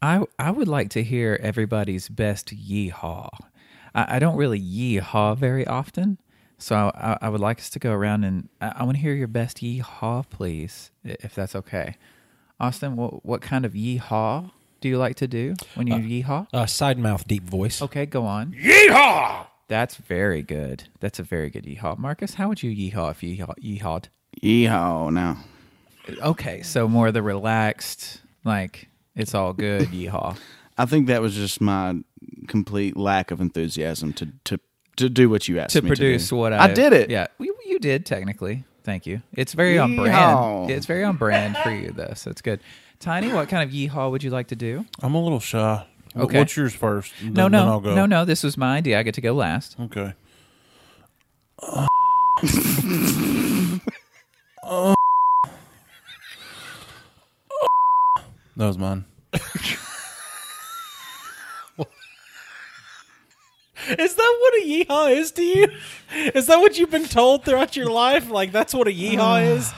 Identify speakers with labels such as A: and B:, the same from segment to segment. A: I I would like to hear everybody's best yeehaw. I, I don't really yeehaw very often, so I, I would like us to go around and I, I want to hear your best yeehaw, please, i- if that's okay. Austin, what what kind of yeehaw do you like to do when you yeehaw?
B: Uh, side mouth, deep voice.
A: Okay, go on.
B: Yeehaw!
A: That's very good. That's a very good yeehaw. Marcus, how would you yeehaw if you yeehaw, yeehawed?
C: Yeehaw! Now,
A: Okay, so more of the relaxed, like it's all good yeehaw.
C: I think that was just my complete lack of enthusiasm to to to do what you asked
A: to
C: me
A: produce
C: to do.
A: what I,
C: I did it.
A: Yeah, you, you did technically. Thank you. It's very on
C: Yeehaw.
A: brand. It's very on brand for you though, so it's good. Tiny, what kind of yeehaw would you like to do?
D: I'm a little shy. Wh-
A: Okay.
D: What's yours first? Then-
A: No,
D: Then
A: no,
D: I'll go.
A: no, no. This was my idea. I get to go last.
D: Okay. that was mine.
B: Is that what a yeehaw is to you? Is that what you've been told throughout your life? Like that's what a yeehaw is.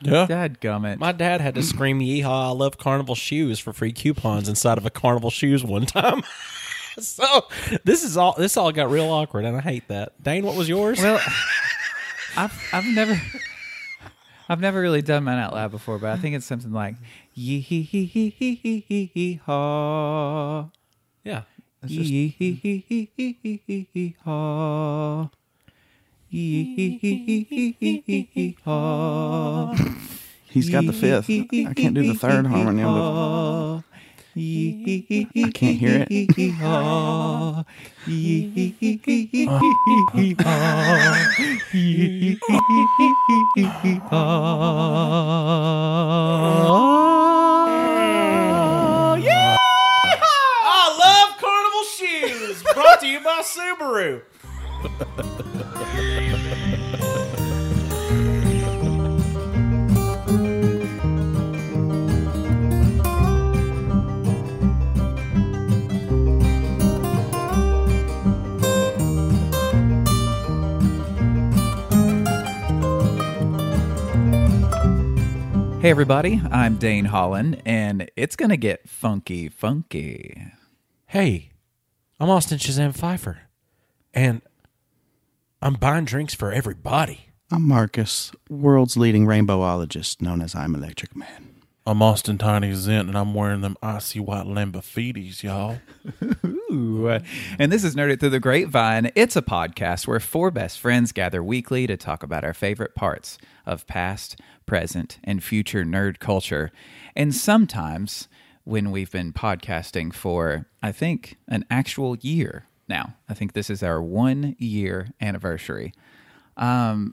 D: Yeah.
A: Dad gummit.
B: My dad had to scream "Yeehaw! I love Carnival shoes" for free coupons inside of a Carnival shoes one time. so this is all. This all got real awkward, and I hate that. Dane, what was yours?
A: Well, I've I've never I've never really done mine out loud before, but I think it's something like yee hee hee hee hee hee hee hee haw.
B: yeah,
A: Yee hee hee hee hee hee hee hee haw. Yee hee hee hee hee hee hee hee haw.
C: He's got the fifth. I can't do the third harmony. on the-
A: I
C: I can't hear it.
B: I love Carnival shoes. Brought to you by Subaru.
A: Hey everybody, I'm Dane Holland, and it's gonna get funky, funky.
B: Hey, I'm Austin Shazam Pfeiffer, and I'm buying drinks for everybody.
C: I'm Marcus, world's leading rainbowologist, known as I'm Electric Man.
D: I'm Austin Tiny Zent, and I'm wearing them icy white Lambafides, y'all.
A: Ooh. Uh, And this is Nerd It Through the Grapevine. It's a podcast where four best friends gather weekly to talk about our favorite parts of past, present, and future nerd culture. And sometimes when we've been podcasting for, I think, an actual year now, I think this is our one year anniversary. I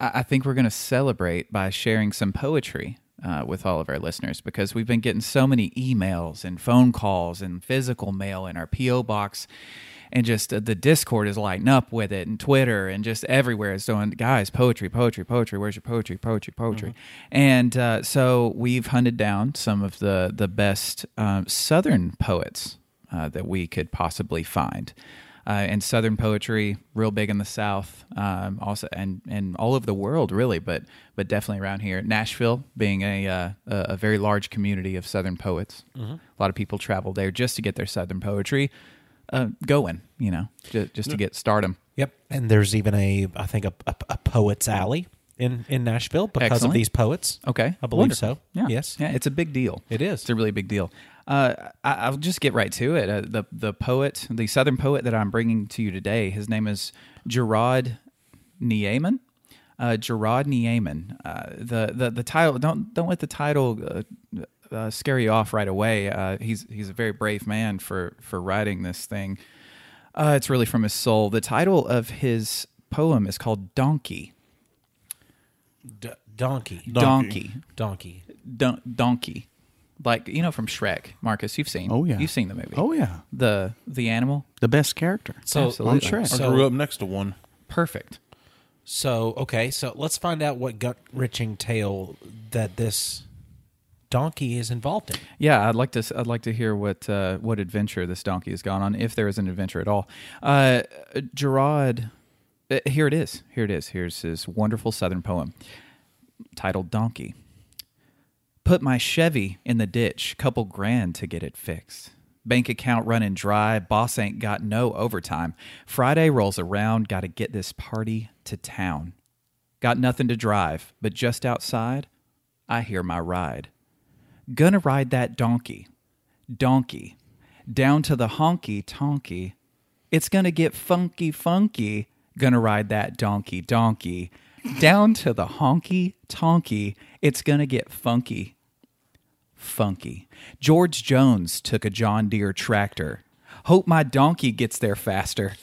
A: I think we're going to celebrate by sharing some poetry uh, with all of our listeners because we've been getting so many emails and phone calls and physical mail in our P.O. box. And just uh, the Discord is lighting up with it, and Twitter, and just everywhere is doing, guys, poetry, poetry, poetry. Where's your poetry, poetry, poetry? And uh, so we've hunted down some of the, the best um, Southern poets uh, that we could possibly find. Uh, and Southern poetry, real big in the South, um, also and and all over the world, really, but but definitely around here. Nashville being a uh, a a very large community of Southern poets, a lot of people travel there just to get their Southern poetry uh, going, you know, just, just to get stardom.
B: Yep, and there's even a I think a, a, a poets alley in in Nashville because of
A: Excellent.
B: these poets.
A: Okay,
B: I believe
A: Wonderful.
B: so.
A: Yeah.
B: Yes.
A: yeah, it's a big deal.
B: It is.
A: It's a really big deal. Uh, I, I'll just get right to it. Uh, the the poet, the Southern poet that I'm bringing to you today, his name is Gerard Nieman. Uh, Gerard Nieman. Uh, the the the title. Don't don't let the title. Uh, uh, scare you off right away. Uh, he's he's a very brave man for for writing this thing. Uh, it's really from his soul. The title of his poem is called Donkey.
B: D- donkey.
A: Donkey.
B: donkey.
A: Don- donkey, like you know from Shrek. Marcus, you've seen.
C: Oh, yeah.
A: you've seen the movie.
C: Oh, yeah.
A: the the animal.
C: The best character.
B: So
A: Absolutely.
C: Shrek.
D: I grew
B: So,
D: up next to one.
A: Perfect.
B: so okay, so let's find out what gut wrenching tale that this donkey is involved in.
A: Yeah, I'd like to. s- I'd like to hear what uh, what adventure this donkey has gone on, if there is an adventure at all. Uh, Gerard, uh, here it is. Here it is. Here's his wonderful Southern poem titled "Donkey." Put my Chevy in the ditch, couple grand to get it fixed. Bank account running dry, boss ain't got no overtime. Friday rolls around, gotta get this party to town. Got nothing to drive, but just outside, I hear my ride. Gonna ride that donkey, donkey, down to the honky tonky. It's gonna get funky, funky. Gonna ride that donkey, donkey, down to the honky tonky. It's gonna get funky, funky. George Jones took a John Deere tractor. Hope my donkey gets there faster.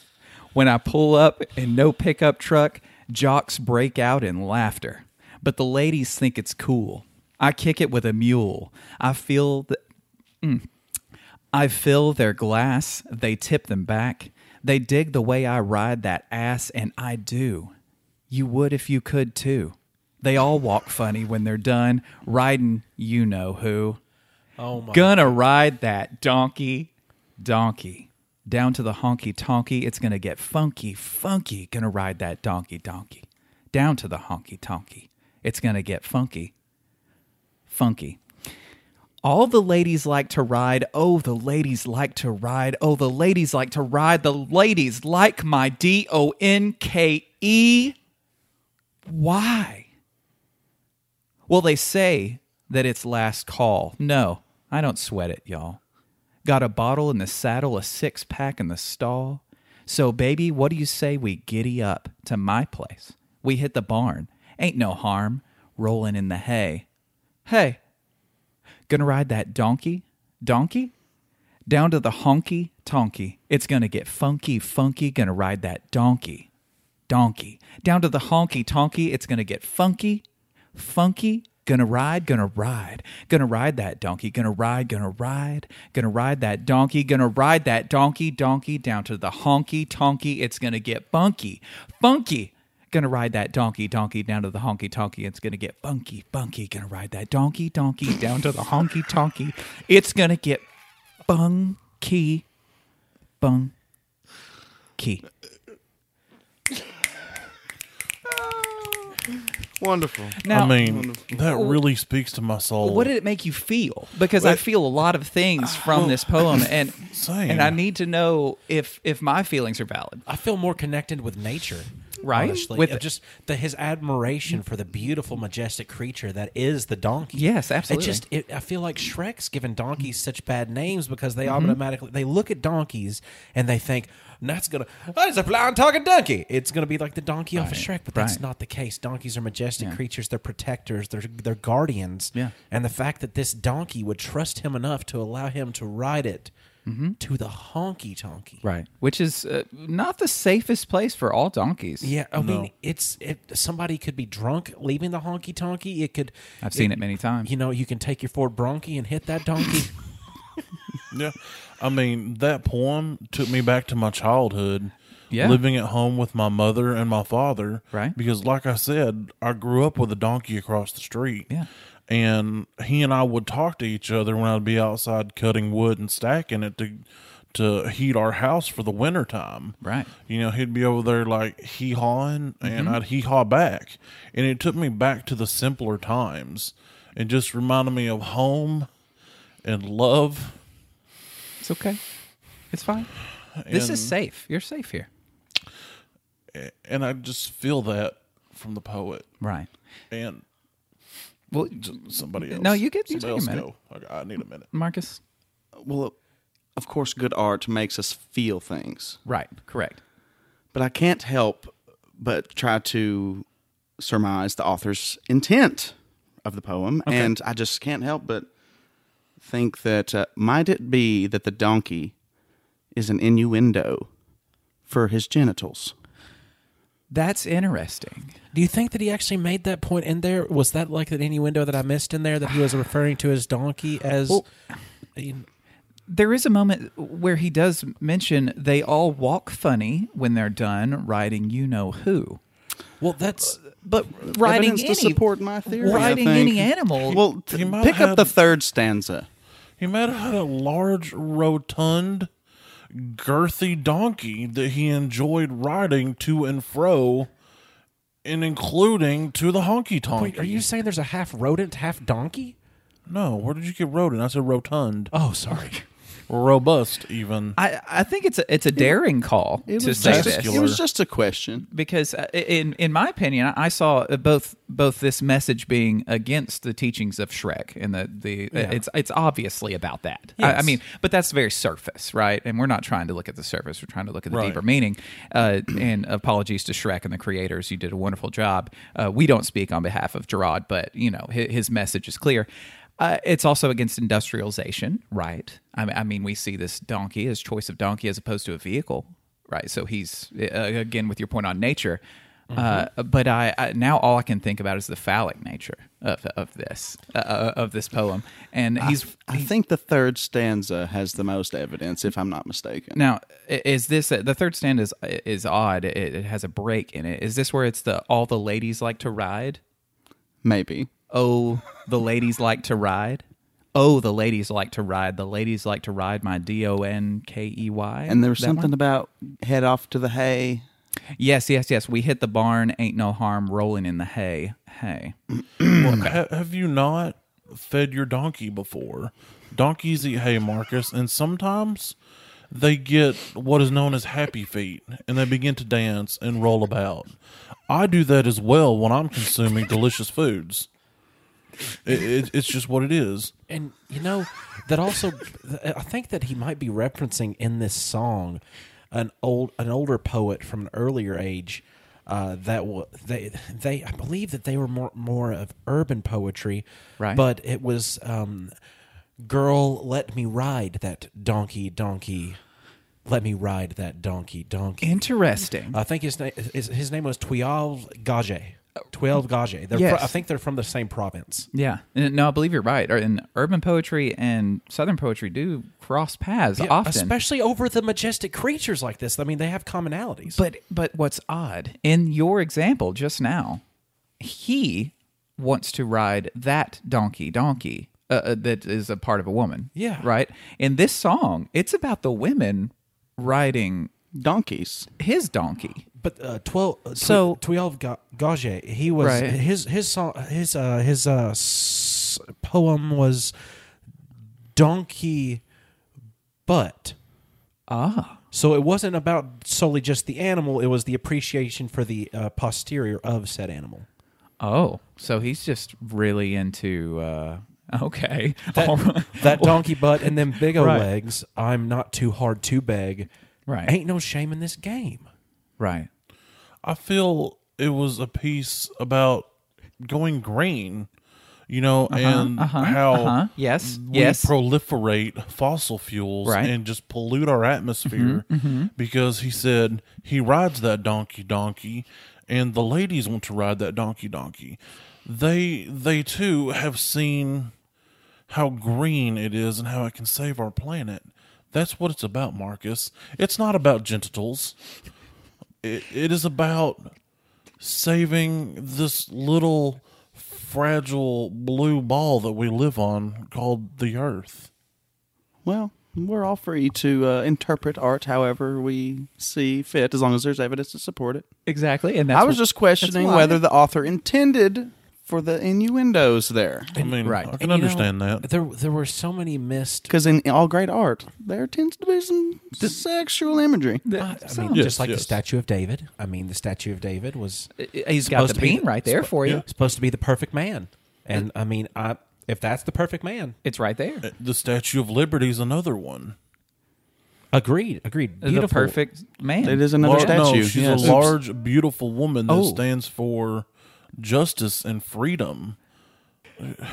A: When I pull up in no pickup truck, jocks break out in laughter. But the ladies think it's cool. I kick it with a mule. I feel the, I fill their glass, they tip them back. They dig the way I ride that ass, and I do. You would if you could too. They all walk funny when they're done riding, you know who.
B: Oh my!
A: Gonna ride that donkey, donkey. Down to the honky tonky, it's gonna get funky, funky. Gonna ride that donkey, donkey. Down to the honky tonky, it's gonna get funky, funky. All the ladies like to ride. Oh, the ladies like to ride. Oh, the ladies like to ride. The ladies like my D O N K E. Why? Well, they say that it's last call. No, I don't sweat it, y'all. Got a bottle in the saddle, a six pack in the stall. So, baby, what do you say we giddy up to my place? We hit the barn. Ain't no harm rolling in the hay. Hey, Gonna ride that donkey, donkey, down to the honky tonky. It's gonna get funky, funky. Gonna ride that donkey, donkey, down to the honky tonky. It's gonna get funky, funky. Gonna ride, gonna ride, gonna ride that donkey, gonna ride, gonna ride, gonna ride that donkey, gonna ride that donkey, donkey, down to the honky tonky. It's gonna get bunky, funky. Gonna ride that donkey, donkey down to the honky tonky. It's gonna get funky, funky. Gonna ride that donkey, donkey down to the honky tonky. It's gonna get bunky, bunky.
C: Wonderful.
A: Now,
D: I mean, that really speaks to my soul.
A: what did it make you feel? Because I feel a lot of things from this poem, and
D: Same.
A: and I need to know if if my feelings are valid.
B: I feel more connected with nature,
A: Right?
B: Honestly,
A: With-
B: with just the, his admiration for the beautiful, majestic creature that is the donkey.
A: Yes, absolutely.
B: It just it, I feel like Shrek's given donkeys such bad names because they
A: Mm-hmm.
B: automatically they look at donkeys and they think that's gonna oh, it's a flying talking donkey. It's gonna be like the donkey off of Shrek, but that's
A: right.
B: not the case. Donkeys are majestic creatures. They're protectors. They're they're guardians.
A: Yeah.
B: And the fact that this donkey would trust him enough to allow him to ride it
A: Mm-hmm.
B: to the honky tonky.
A: Right, which is uh, not the safest place for all donkeys.
B: Yeah, I mean, it's it, somebody could be drunk leaving the honky tonky. It could,
A: I've seen it many times.
B: you know, you can take your Ford Bronchi and hit that donkey.
D: Yeah. I mean, that poem took me back to my childhood.
A: Yeah.
D: Living at home with my mother and my father.
A: Right.
D: Because, like I said, I grew up with a donkey across the street.
A: Yeah.
D: And he and I would talk to each other when I'd be outside cutting wood and stacking it to to heat our house for the winter time.
A: Right. Mm-hmm.
D: You know, he'd be over there like hee hawing and I'd hee haw back. And it took me back to the simpler times. It just reminded me of home and love.
A: It's okay. It's fine. This is
D: And-
A: safe. You're safe here.
D: and I just feel that from the poet
A: Right.
D: and
A: Well,
D: somebody else.
A: No, you get- you
D: somebody
A: take a minute.
D: go. I, I need a minute.
A: Marcus.
C: Well, of course, good art makes us feel things,
A: Right. Correct.
C: but I can't help but try to surmise the author's intent of the poem, and I just can't help but think that uh, might it be that the donkey is an innuendo for his genitals?
A: That's interesting.
B: Do you think that he actually made that point in there? Was that like an innuendo that I missed in there that he was referring to his donkey as?
A: There is a moment where he does mention they all walk funny when they're done riding you know who.
B: well, that's
A: But riding
C: Evidence
A: any
C: to support my theory. I
A: riding
C: think.
A: any animal.
C: Well, t-
D: You might
C: pick
D: have-
C: up the third stanza.
D: He might have had a large, rotund, girthy donkey that he enjoyed riding to and fro, and including to the honky tonk.
B: wait, are you saying there's a half rodent, half donkey?
D: No, where did you get rodent? I said rotund.
B: Oh, sorry.
D: Robust, even.
A: I, I think it's a, it's a daring call
C: It
A: to
C: was,
A: say
C: just,
A: this.
D: vascular.
C: it was just a question.
A: because uh, in in my opinion, I- I saw uh, both both this message being against the teachings of Shrek, and the the uh, it's it's obviously about that. I, I
B: Yes.
A: mean, but that's very surface, right? And we're not trying to look at the surface; we're trying to look at the
D: Right.
A: deeper meaning. Uh, and apologies to Shrek and the creators; you did a wonderful job. Uh, we don't speak on behalf of Gerard, but you know his, his message is clear. Uh, it's also against industrialization, right? I mean, I mean, we see this donkey, his choice of donkey as opposed to a vehicle, right? So he's uh, again with your point on nature. Uh, but I, I now all I can think about is the phallic nature of of this uh, of this poem, and he's
C: I think the third stanza has the most evidence, if I'm not mistaken.
A: now i- is this the third stand is is odd. It, it has a break in it. Is this where it's the all the ladies like to ride?
C: Maybe.
A: Oh, the ladies like to ride. Oh, the ladies like to ride. The ladies like to ride my D O N K E Y.
C: And there was
A: That
C: something
A: one?
C: about head off to the hay.
A: Yes, yes, yes. We hit the barn. Ain't no harm rolling in the hay. Hay.
D: Ha- have you not fed your donkey before? Donkeys eat hay, Marcus, and sometimes they get what is known as happy feet and they begin to dance and roll about. I do that as well when I'm consuming delicious foods. It, it, it's just what it is.
B: And you know that also, I think that he might be referencing in this song an old an older poet from an earlier age. Uh, that wa they they I believe that they were more more of urban poetry,
A: Right.
B: But it was, um, girl, let me ride that donkey, donkey, let me ride that donkey, donkey.
A: Interesting.
B: I think his name his, his name was Twelve Gage. Twelve Gage. They're
A: Yes.
B: fro- I think they're from the same province.
A: Yeah. And- No, I believe you're right. Or- And urban poetry and southern poetry do cross paths
B: Yeah,
A: often.
B: especially over the majestic creatures like this. I mean, they have commonalities.
A: but but what's odd in your example just now, he wants to ride that donkey donkey uh, uh, that is a part of a woman.
B: Yeah.
A: Right. In this song, it's about the women riding
C: Donkeys.
A: his donkey.
B: but uh, twelve uh,
A: So-
B: so twelve Ga- Gage, he was
A: Right.
B: his his song his uh, his uh, s- poem was donkey butt. Ah. So it wasn't about solely just the animal; it was the appreciation for the uh, posterior of said animal.
A: Oh, so he's just really into. Uh, okay. All right.
B: that donkey butt and them big old
A: Right.
B: legs. I'm not too hard to beg.
A: Right.
B: Ain't no shame in this game.
A: right.
D: I feel it was a piece about going green, you know, and how
A: Uh-huh. Yes.
D: we
A: Yes.
D: proliferate fossil fuels
A: Right.
D: and just pollute our atmosphere because he said he rides that donkey donkey and the ladies want to ride that donkey donkey they they too have seen how green it is and how it can save our planet that's what it's about marcus it's not about genitals it, it is about saving this little fragile blue ball that we live on called the earth
C: Well, we're all free to uh, interpret art however we see fit, as long as there's evidence to support it.
A: Exactly. And that's
C: I was
A: what-
C: just questioning
A: why.
C: whether the author intended for the innuendos there.
D: i mean
A: right.
D: i
A: And
D: can
B: And, you know,
D: understand that
B: There, there were so many missed.
C: Because in all great art, there tends to be some sexual imagery.
B: I mean,
D: Yes,
B: just like
D: yes.
B: the statue of David. I mean, the statue of David was
A: He's got the
B: supposed to be
A: bean
B: the-
A: right there for you.
B: supposed to be the perfect man, and I mean, I if that's the perfect man,
A: It's right there.
D: Uh, the statue of liberty is another one
B: agreed, agreed.
A: The
B: Beautiful.
A: perfect man.
C: It is another
D: Lar-
C: statue.
D: no she's
C: Yes.
D: a large beautiful woman that
A: Oh.
D: stands for justice and freedom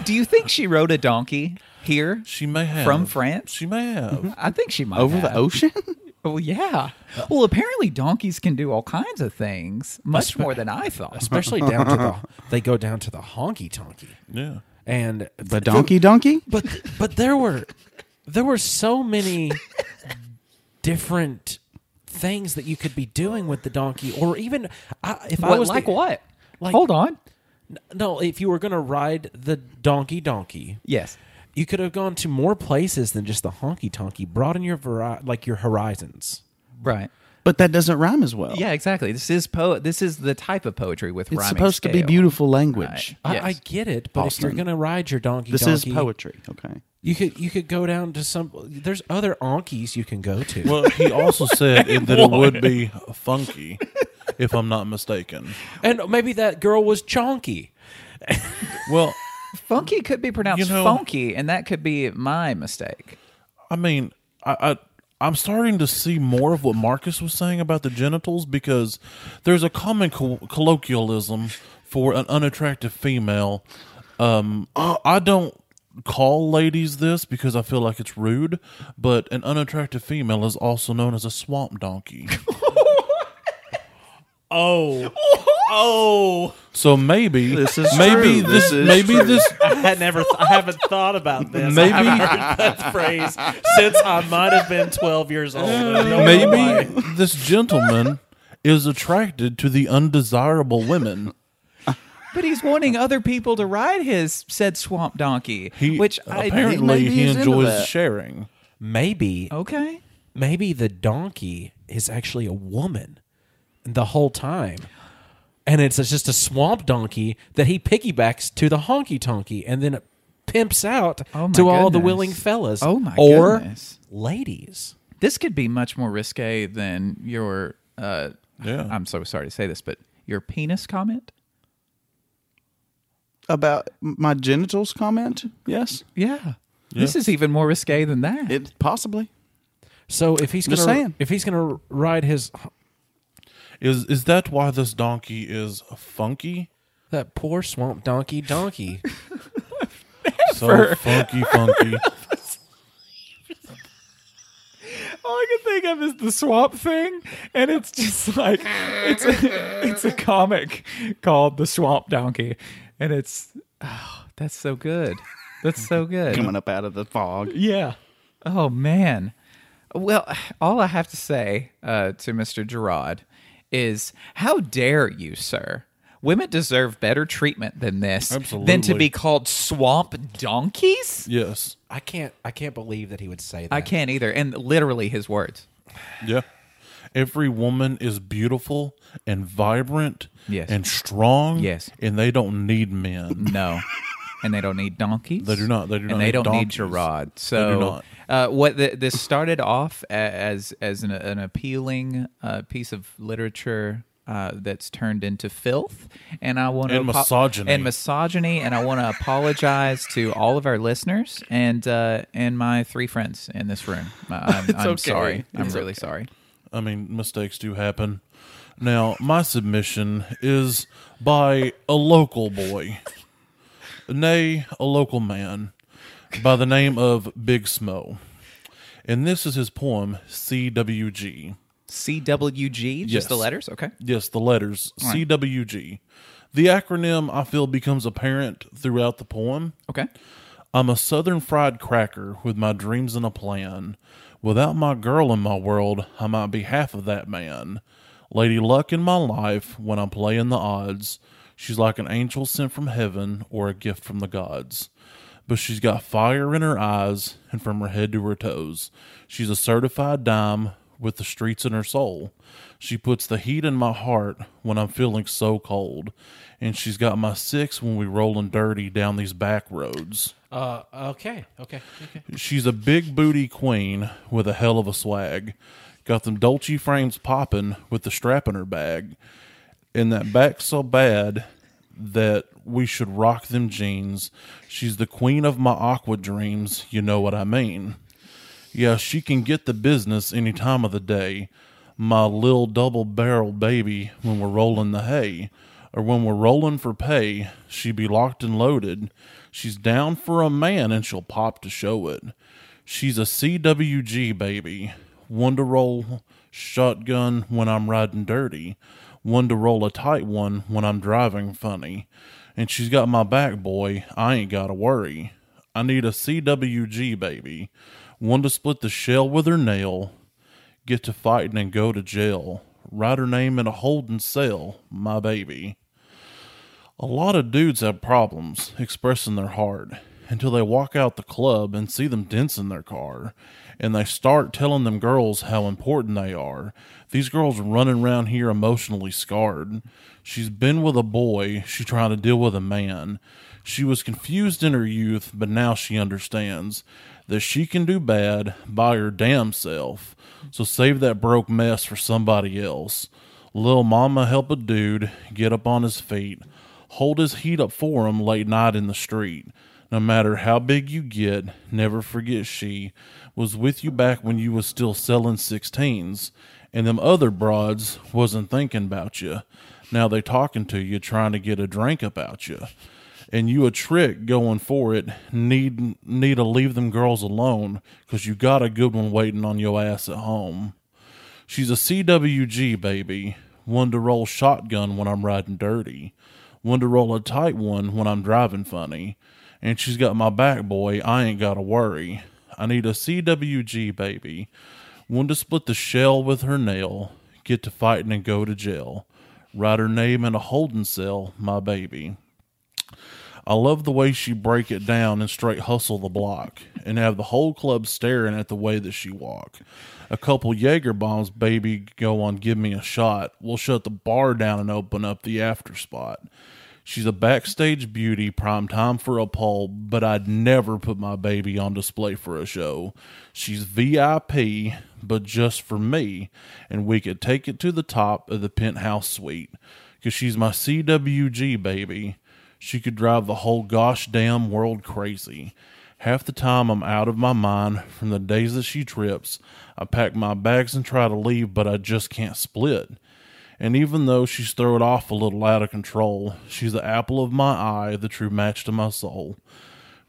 A: Do you think she rode a donkey here?
D: she may have
A: From France?
D: she may have
A: I think she might
C: over
A: have.
C: the ocean.
A: Oh yeah. Well, apparently donkeys can do all kinds of things, much more than I thought.
B: especially down to the. They go down to the honky tonky,
A: Mm-hmm.
D: yeah
B: and
C: The donkey donkey?
B: but but there were there were so many different things that you could be doing with the donkey or even I, if I
A: What,
B: was
A: like
B: the-
A: what?
B: like-
A: Hold on.
B: no if you were going to ride the donkey donkey
A: Yes.
B: you could have gone to more places than just the honky tonky broaden your vari- like your horizons
A: Right.
C: but that doesn't rhyme as well.
A: Yeah, exactly. This is po. This is the type of poetry with
C: It's
A: rhyming
C: supposed to be
A: scale.
C: beautiful language.
B: I,
A: Yes.
B: I get it, but if
C: Austin.
B: you're gonna ride your donkey,
C: This is
B: donkey,
C: poetry. Okay.
B: You could you could go down to some. There's other onkies you can go to.
D: Well, he also said it- that it would be funky, if I'm not mistaken.
B: and maybe that girl was chonky.
D: Well,
A: Funky could be pronounced
D: know-
A: funky, and that could be my mistake.
D: I mean, I, I I'm starting to see more of what Marcus was saying about the genitals because there's a common co- colloquialism for an unattractive female. Um, I I don't call ladies this because I feel like it's rude, but an unattractive female is also known as a swamp donkey.
B: Oh,
D: oh, so maybe
C: This is
D: maybe
C: true.
D: this,
C: This is
D: maybe
C: true.
D: this
B: I had never. Th- I haven't thought about this.
D: Maybe-
B: heard that phrase since I might have been 12 years old.
C: Oh,
D: maybe this gentleman is attracted to the undesirable women.
A: But he's wanting other people to ride his said swamp donkey,
D: He,
A: which I
D: apparently
C: maybe
D: he
C: he's into
D: enjoys
C: that.
D: sharing.
B: maybe
A: okay.
B: maybe the donkey is actually a woman the whole time. And it's just a swamp donkey that he piggybacks to the honky tonky and then pimps out
A: Oh my
B: to all the
A: goodness.
B: willing fellas.
A: Oh my
B: or
A: goodness.
B: ladies.
A: This could be much more risque than your. Uh,
D: Yeah.
A: I'm so sorry to say this, but your penis comment.
C: About my genitals comment? Yes.
A: Yeah. This is even more risque than that.
C: It possibly.
B: So if he's
C: Just
B: gonna
C: saying.
B: if he's gonna ride his
D: Is is that why this donkey is funky?
B: that poor swamp donkey donkey.
D: So funky, funky.
A: All I can think of is the swamp thing, and it's just like it's a, it's a comic called The Swamp Donkey, and it's oh, that's so good. That's so good.
C: Coming up out of the fog.
A: Yeah. Oh man. Well, all I have to say uh, to Mr. Gerard is, how dare you, sir? Women deserve better treatment than this, than to
D: Absolutely.
A: be called swamp donkeys.
D: yes.
B: I can't I can't believe that he would say that.
A: I can't either, and literally his words.
D: Yeah. Every woman is beautiful and vibrant
A: Yes.
D: and strong.
A: Yes.
D: And they don't need men.
A: No. And they don't need donkeys.
D: They do not- they do not
A: And they
D: need
A: don't
D: donkeys.
A: need Gerard. So,
D: not.
A: Uh, what the, this started off a- as as an, an appealing uh, piece of literature uh, that's turned into filth, and I want to
D: And misogyny.
A: and misogyny, and I want to apologize to all of our listeners and uh, and my three friends in this room. Uh, I'm, I'm
C: okay.
A: sorry. I'm
C: It's
A: really sorry.
D: I mean, mistakes do happen. Now, my submission is by a local boy, nay, a local man, by the name of Big Smo. And this is his poem, CWG.
A: CWG, just
D: Yes.
A: the letters. Okay.
D: Yes, the letters CWG. The acronym I feel becomes apparent throughout the poem.
A: Okay.
D: I'm a southern fried cracker with my dreams and a plan. Without my girl in my world, I might be half of that man. Lady Luck in my life when I'm playing the odds. She's like an angel sent from heaven or a gift from the gods. But she's got fire in her eyes and from her head to her toes. She's a certified dime with the streets in her soul. She puts the heat in my heart when I'm feeling so cold. And she's got my six when we rolling dirty down these back roads.
B: Uh, okay, okay, okay.
D: She's a big booty queen with a hell of a swag. Got them Dolce frames popping with the strap in her bag. And that back so bad that we should rock them jeans. She's the queen of my aqua dreams, you know what I mean. Yeah, she can get the business any time of the day. My lil double barrel baby when we're rolling the hay. Or when we're rolling for pay, she be locked and loaded. She's down for a man and she'll pop to show it. She's a CWG baby. One to roll shotgun when I'm riding dirty. One to roll a tight one when I'm driving funny. And she's got my back, boy. I ain't gotta worry. I need a CWG baby, one to split the shell with her nail, get to fighting and go to jail, write her name in a holding cell, my baby. A lot of dudes have problems expressing their heart, until they walk out the club and see them dents in their car. And they start telling them girls how important they are. These girls running around here emotionally scarred. She's been with a boy, she's trying to deal with a man. She was confused in her youth, but now she understands that she can do bad by her damn self. So save that broke mess for somebody else. Lil Mama help a dude get up on his feet, hold his heat up for him late night in the street. No matter how big you get, never forget she was with you back when you was still selling 16s, and them other broads wasn't thinking about you. Now they talking to you, trying to get a drink about you and you a trick going for it need need to leave them girls alone because you got a good one waiting on your ass at home she's a cwg baby one to roll shotgun when i'm riding dirty one to roll a tight one when i'm driving funny and she's got my back boy i ain't gotta worry i need a cwg baby one to split the shell with her nail get to fighting and go to jail write her name in a holding cell my baby I love the way she break it down and straight hustle the block and have the whole club staring at the way that she walk. A couple Jaeger bombs, baby, go on, give me a shot. We'll shut the bar down and open up the after spot. She's a backstage beauty, prime time for a poll, but I'd never put my baby on display for a show. She's VIP, but just for me, and we could take it to the top of the penthouse suite, 'cause she's my CWG baby. She could drive the whole gosh damn world crazy. Half the time I'm out of my mind from the days that she trips. I pack my bags and try to leave, but I just can't split. And even though she's thrown off a little out of control, she's the apple of my eye, the true match to my soul.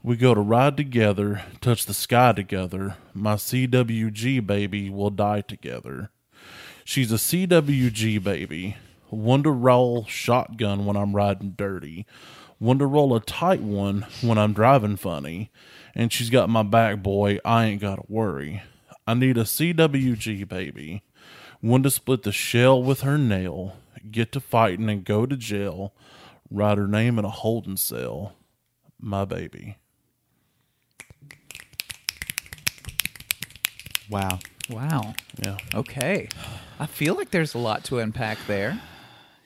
D: We go to ride together, touch the sky together. My CWG baby will die together. She's a CWG baby. One to roll shotgun when I'm riding dirty. One to roll a tight one when I'm driving funny. And she's got my back, boy. I ain't got to worry. I need a CWG baby. One to split the shell with her nail. Get to fighting and go to jail. Write her name in a holding cell. My baby.
C: Wow.
A: Wow.
D: Yeah.
A: Okay. I feel like there's a lot to unpack there.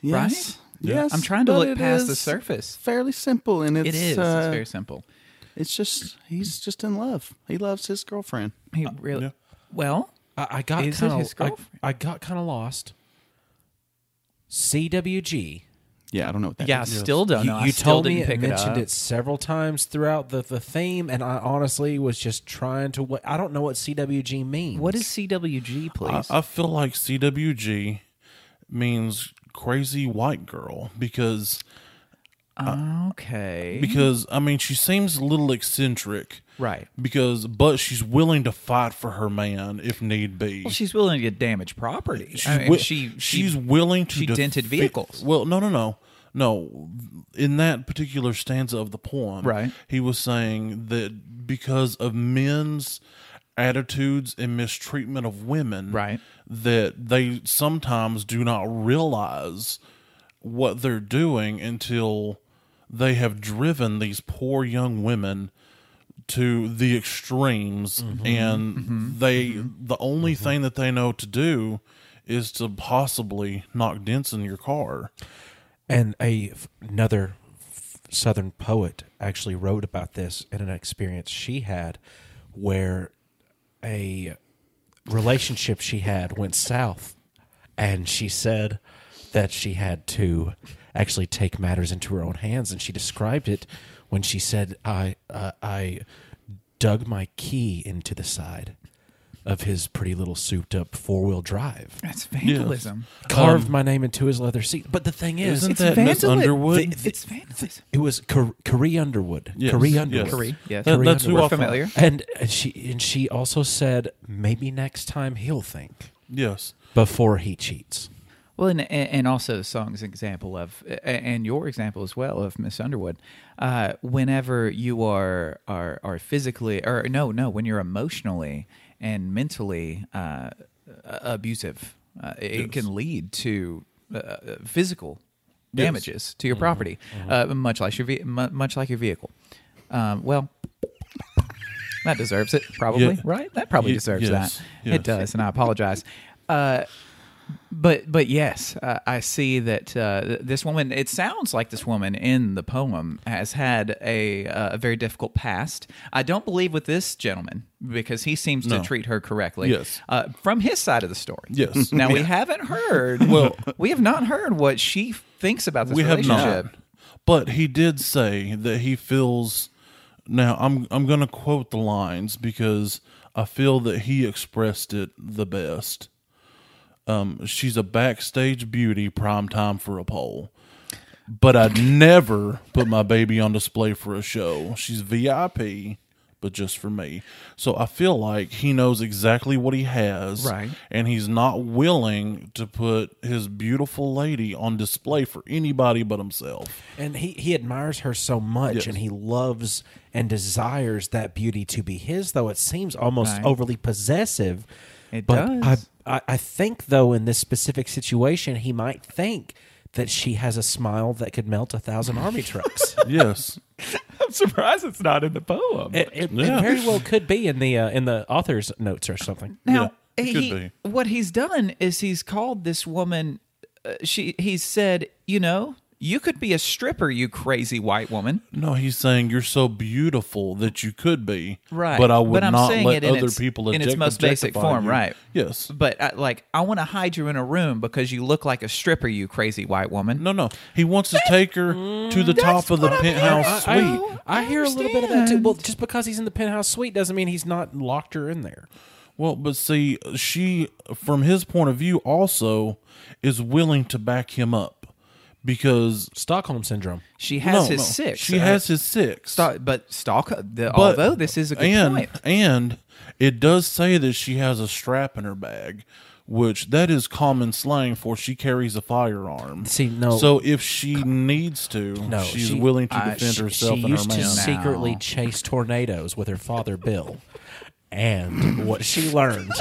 C: Yes. Yes.
A: I'm trying to
C: but
A: look
C: it
A: past the
C: is
A: surface.
C: Fairly simple, and it's
A: It is.
C: uh,
A: it's very simple.
C: it's just he's just in love. He loves his girlfriend.
A: He really.
D: yeah.
A: Well,
B: I, I got
A: Is it
B: kind of
A: his
B: I,
A: girlfriend?
B: I got kind of lost. CWG.
C: Yeah, I don't know what that
A: yeah. I
C: is.
A: still don't
B: you,
A: know. I
B: you
A: still
B: told
A: didn't
B: me it
A: pick it
B: mentioned
A: up.
B: it, several times throughout the, the theme, and I honestly was just trying to. Wa- I don't know what CWG means.
A: What is CWG,
D: I,
A: please?
D: I feel like CWG means crazy white girl because
A: okay.
D: because I mean she seems a little eccentric.
A: Mm-hmm. right.
D: Because but she's willing to fight for her man if need be.
A: Well, she's willing to get damaged property. I mean,
D: wi-
A: she, she
D: she's willing to
A: she dented vehicles.
D: Well, no, no, no, no. In that particular stanza of the poem,
A: Right.
D: he was saying that because of men's attitudes and mistreatment of women,
A: Right.
D: that they sometimes do not realize what they're doing until they have driven these poor young women to the extremes and they the only thing that they know to do is to possibly knock dents in your car
B: And a f- another f- Southern poet actually wrote about this in an experience she had, where a relationship she had went south, and she said that she had to actually take matters into her own hands, and she described it when she said, "I uh, I dug my key into the side." Of his pretty little souped up four wheel drive,
A: that's vandalism.
B: carved my name into his leather seat. But the thing is,
D: Um, isn't
A: It's
D: that miss
A: vandalism.
D: underwood
B: The-
A: It's vandalism.
B: it was Cor- Corrie Underwood.
D: Yes,
B: Corrie
D: yes.
B: Underwood.
A: Corrie, yes.
D: That-
B: Corrie
D: that's who
B: Underwood.
D: i
A: We're familiar.
D: thought.
B: And, and she and she also said maybe next time he'll think
D: yes
B: before he cheats.
A: Well, and and and also Song's example of, a- and your example as well of Miss Underwood. Uh, whenever you are are are physically, or no, no, when you're emotionally and mentally uh, uh, abusive, uh, it it can lead to uh, uh, physical
D: Mm-hmm.
A: damages to your property, Uh, much like your ve- mu- much like your vehicle. Um, well, That deserves it, probably,
D: Yeah.
A: right? That probably
D: Ye-
A: deserves
D: yes,
A: that.
D: yes.
A: It does, and I apologize. Uh, but but yes, uh, I see that uh, th- this woman. It sounds like this woman in the poem has had a, uh, a very difficult past. I don't believe with this gentleman because he seems to treat her correctly.
D: Yes.
A: uh, from his side of the story.
D: Yes.
A: Now we haven't heard. Well, we have not heard what she thinks about this
D: we have
A: relationship.
D: not. But he did say that he feels. Now I'm I'm going to quote the lines because I feel that he expressed it the best. Um, she's a backstage beauty, prime time for a pole. But I'd never put my baby on display for a show. She's VIP, but just for me. So I feel like he knows exactly what he has.
A: Right.
D: And he's not willing to put his beautiful lady on display for anybody but himself.
B: And he, he admires her so much and he loves and desires that beauty to be his, though it seems almost
A: Right.
B: overly possessive.
A: It
B: but
A: does.
B: I, I, I think, though, in this specific situation, he might think that she has a smile that could melt a thousand army trucks.
D: Yes.
A: I'm surprised it's not in the poem.
B: It, it,
D: Yeah.
B: it very well could be in the uh, in the author's notes or something.
A: Now,
D: Yeah, it could
A: he,
D: be.
A: what he's done is he's called this woman. Uh, she he's said, you know, you could be a stripper, you crazy white woman.
D: No, he's saying you're so beautiful that you could be.
A: Right.
D: But I would
A: But I'm
D: not
A: saying
D: let
A: it in
D: other
A: its-
D: people
A: in its
D: object-
A: most basic
D: objectify
A: form,
D: you.
A: right.
D: Yes.
A: But uh, like, I want to hide you in a room because you look like a stripper, you crazy white woman.
D: No, no. He wants to take her to the top of the
A: what I'm
D: penthouse
A: hearing.
D: suite.
A: Oh,
B: I,
A: I
B: hear a little bit of that too. Well, just because he's in the penthouse suite doesn't mean he's not locked her in there.
D: Well, but see, she, from his point of view, also is willing to back him up because
B: Stockholm syndrome.
A: She has
D: no,
A: his
D: no.
A: six.
D: She has his six.
A: Sto- but stalk. The,
D: But-
A: although this is a good
D: and,
A: point.
D: And it does say that she has a strap in her bag, which that is common slang for she carries a firearm.
B: See, no.
D: So if she needs to,
B: No,
D: she's
B: Oh, she- uh,
D: willing to
A: I-
D: defend
A: she-
D: herself
B: she
D: and her
B: used
D: man.
B: to
A: now.
B: secretly chase tornadoes with her father Bill, and what she learned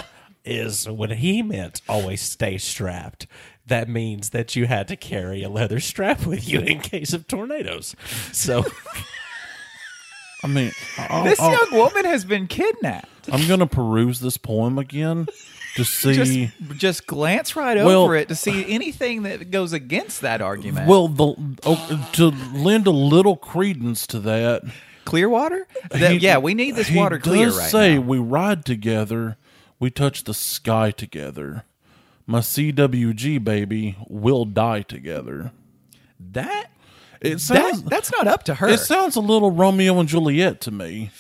B: is when he meant always stay strapped. That means that you had to carry a leather strap with you in case of tornadoes. So
D: I mean, I'll,
A: This
D: I'll-
A: young woman has been kidnapped.
D: I'm gonna peruse this poem again to see.
A: Just, just glance right
D: Well-
A: over it to see anything that goes against that argument.
D: well, the oh, to lend a little credence to that.
A: clear water? That-
D: he-
A: yeah, we need this
D: he
A: water clear
D: does
A: right
D: say
A: now.
D: we ride together, we touch the sky together. My CWG baby will die together.
A: That
D: It
A: that
D: sounds
A: that's not up to her.
D: it sounds a little Romeo and Juliet to me.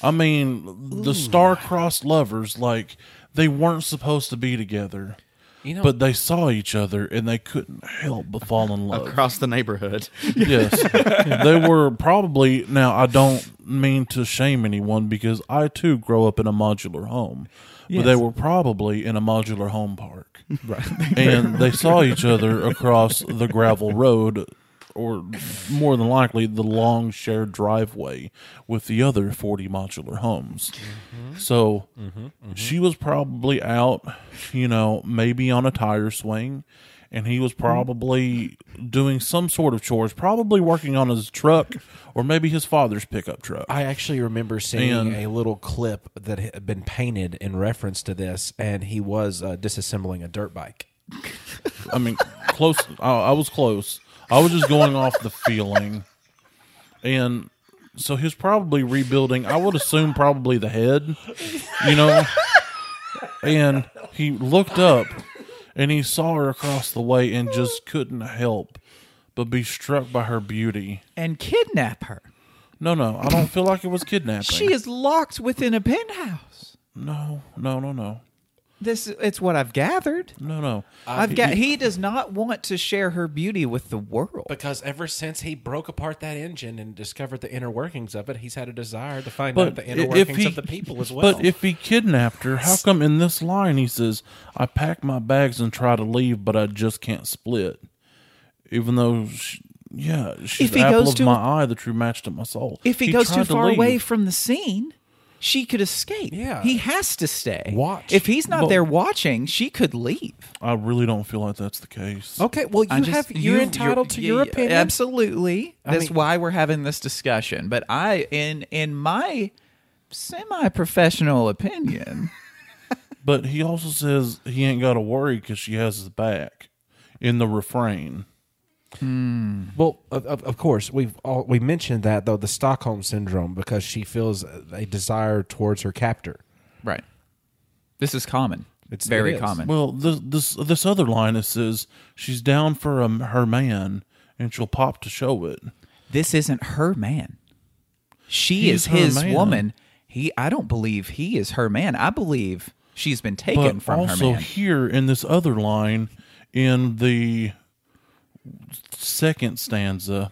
D: I mean, the star-crossed lovers like they weren't supposed to be together.
B: you know,
D: But they saw each other and they couldn't help but fall in love.
C: across the neighborhood.
D: Yes. they were probably now I don't mean to shame anyone because I too grow up in a modular home. But they were probably in a modular home park. Right. And they saw each other across the gravel road or more than likely the long shared driveway with the other 40 modular homes. So she was probably out, you know, maybe on a tire swing, and he was probably doing some sort of chores, probably working on his truck or maybe his father's pickup truck.
B: I actually remember seeing
D: And-
B: a little clip that had been painted in reference to this, and he was uh, disassembling a dirt bike.
D: I mean, close. I, I was close. I was just going off the feeling, and so he's probably rebuilding. I would assume probably the head, you know. And he looked up, and he saw her across the way, and just couldn't help but be struck by her beauty.
A: and kidnap her.
D: No, no, I don't feel like it was kidnapping.
A: She is locked within a penthouse.
D: no, no, no, no,
A: This it's what I've gathered.
D: no, no.
A: I've got he does not want to share her beauty with the world.
B: Because ever since he broke apart that engine and discovered the inner workings of it, he's had a desire to find out the inner
D: i- if
B: workings
D: he-
B: of the people as well.
D: But if he kidnapped her, how come in this line he says, "I pack my bags and try to leave, but I just can't split," even though, she, yeah, she's
A: If he
D: the apple
A: goes
D: of
A: too-
D: my eye, the true match to my soul.
A: if he, goes
D: tried
A: too
D: to
A: far away
D: leave.
A: from the scene, she could escape.
B: Yeah.
A: He has to stay.
B: Watch.
A: If he's not
D: Well-
A: there watching, she could leave.
D: I really don't feel like that's the case.
B: okay, well, you
A: I just-
B: have you're
A: you-
B: entitled to
A: you-
B: your opinion.
A: Absolutely, that's
B: mean-
A: why we're having this discussion. But I, in in my semi professional opinion.
D: But he also says he ain't got to worry because she has his back in the refrain.
B: Well, of, of, of course, we've all, we mentioned that though the Stockholm syndrome because she feels a, a desire towards her captor.
A: right. This is common. It's
B: It's-
A: very
B: it is.
A: common.
D: Well, this this this other line it says she's down for um her man and she'll pop to show it.
A: this isn't her man. She
D: He's
A: is
D: her
A: his
D: man.
A: woman. He I don't believe he is her man. I believe she's been taken
D: But
A: from her
D: also
A: man.
D: here in this other line, in the second stanza.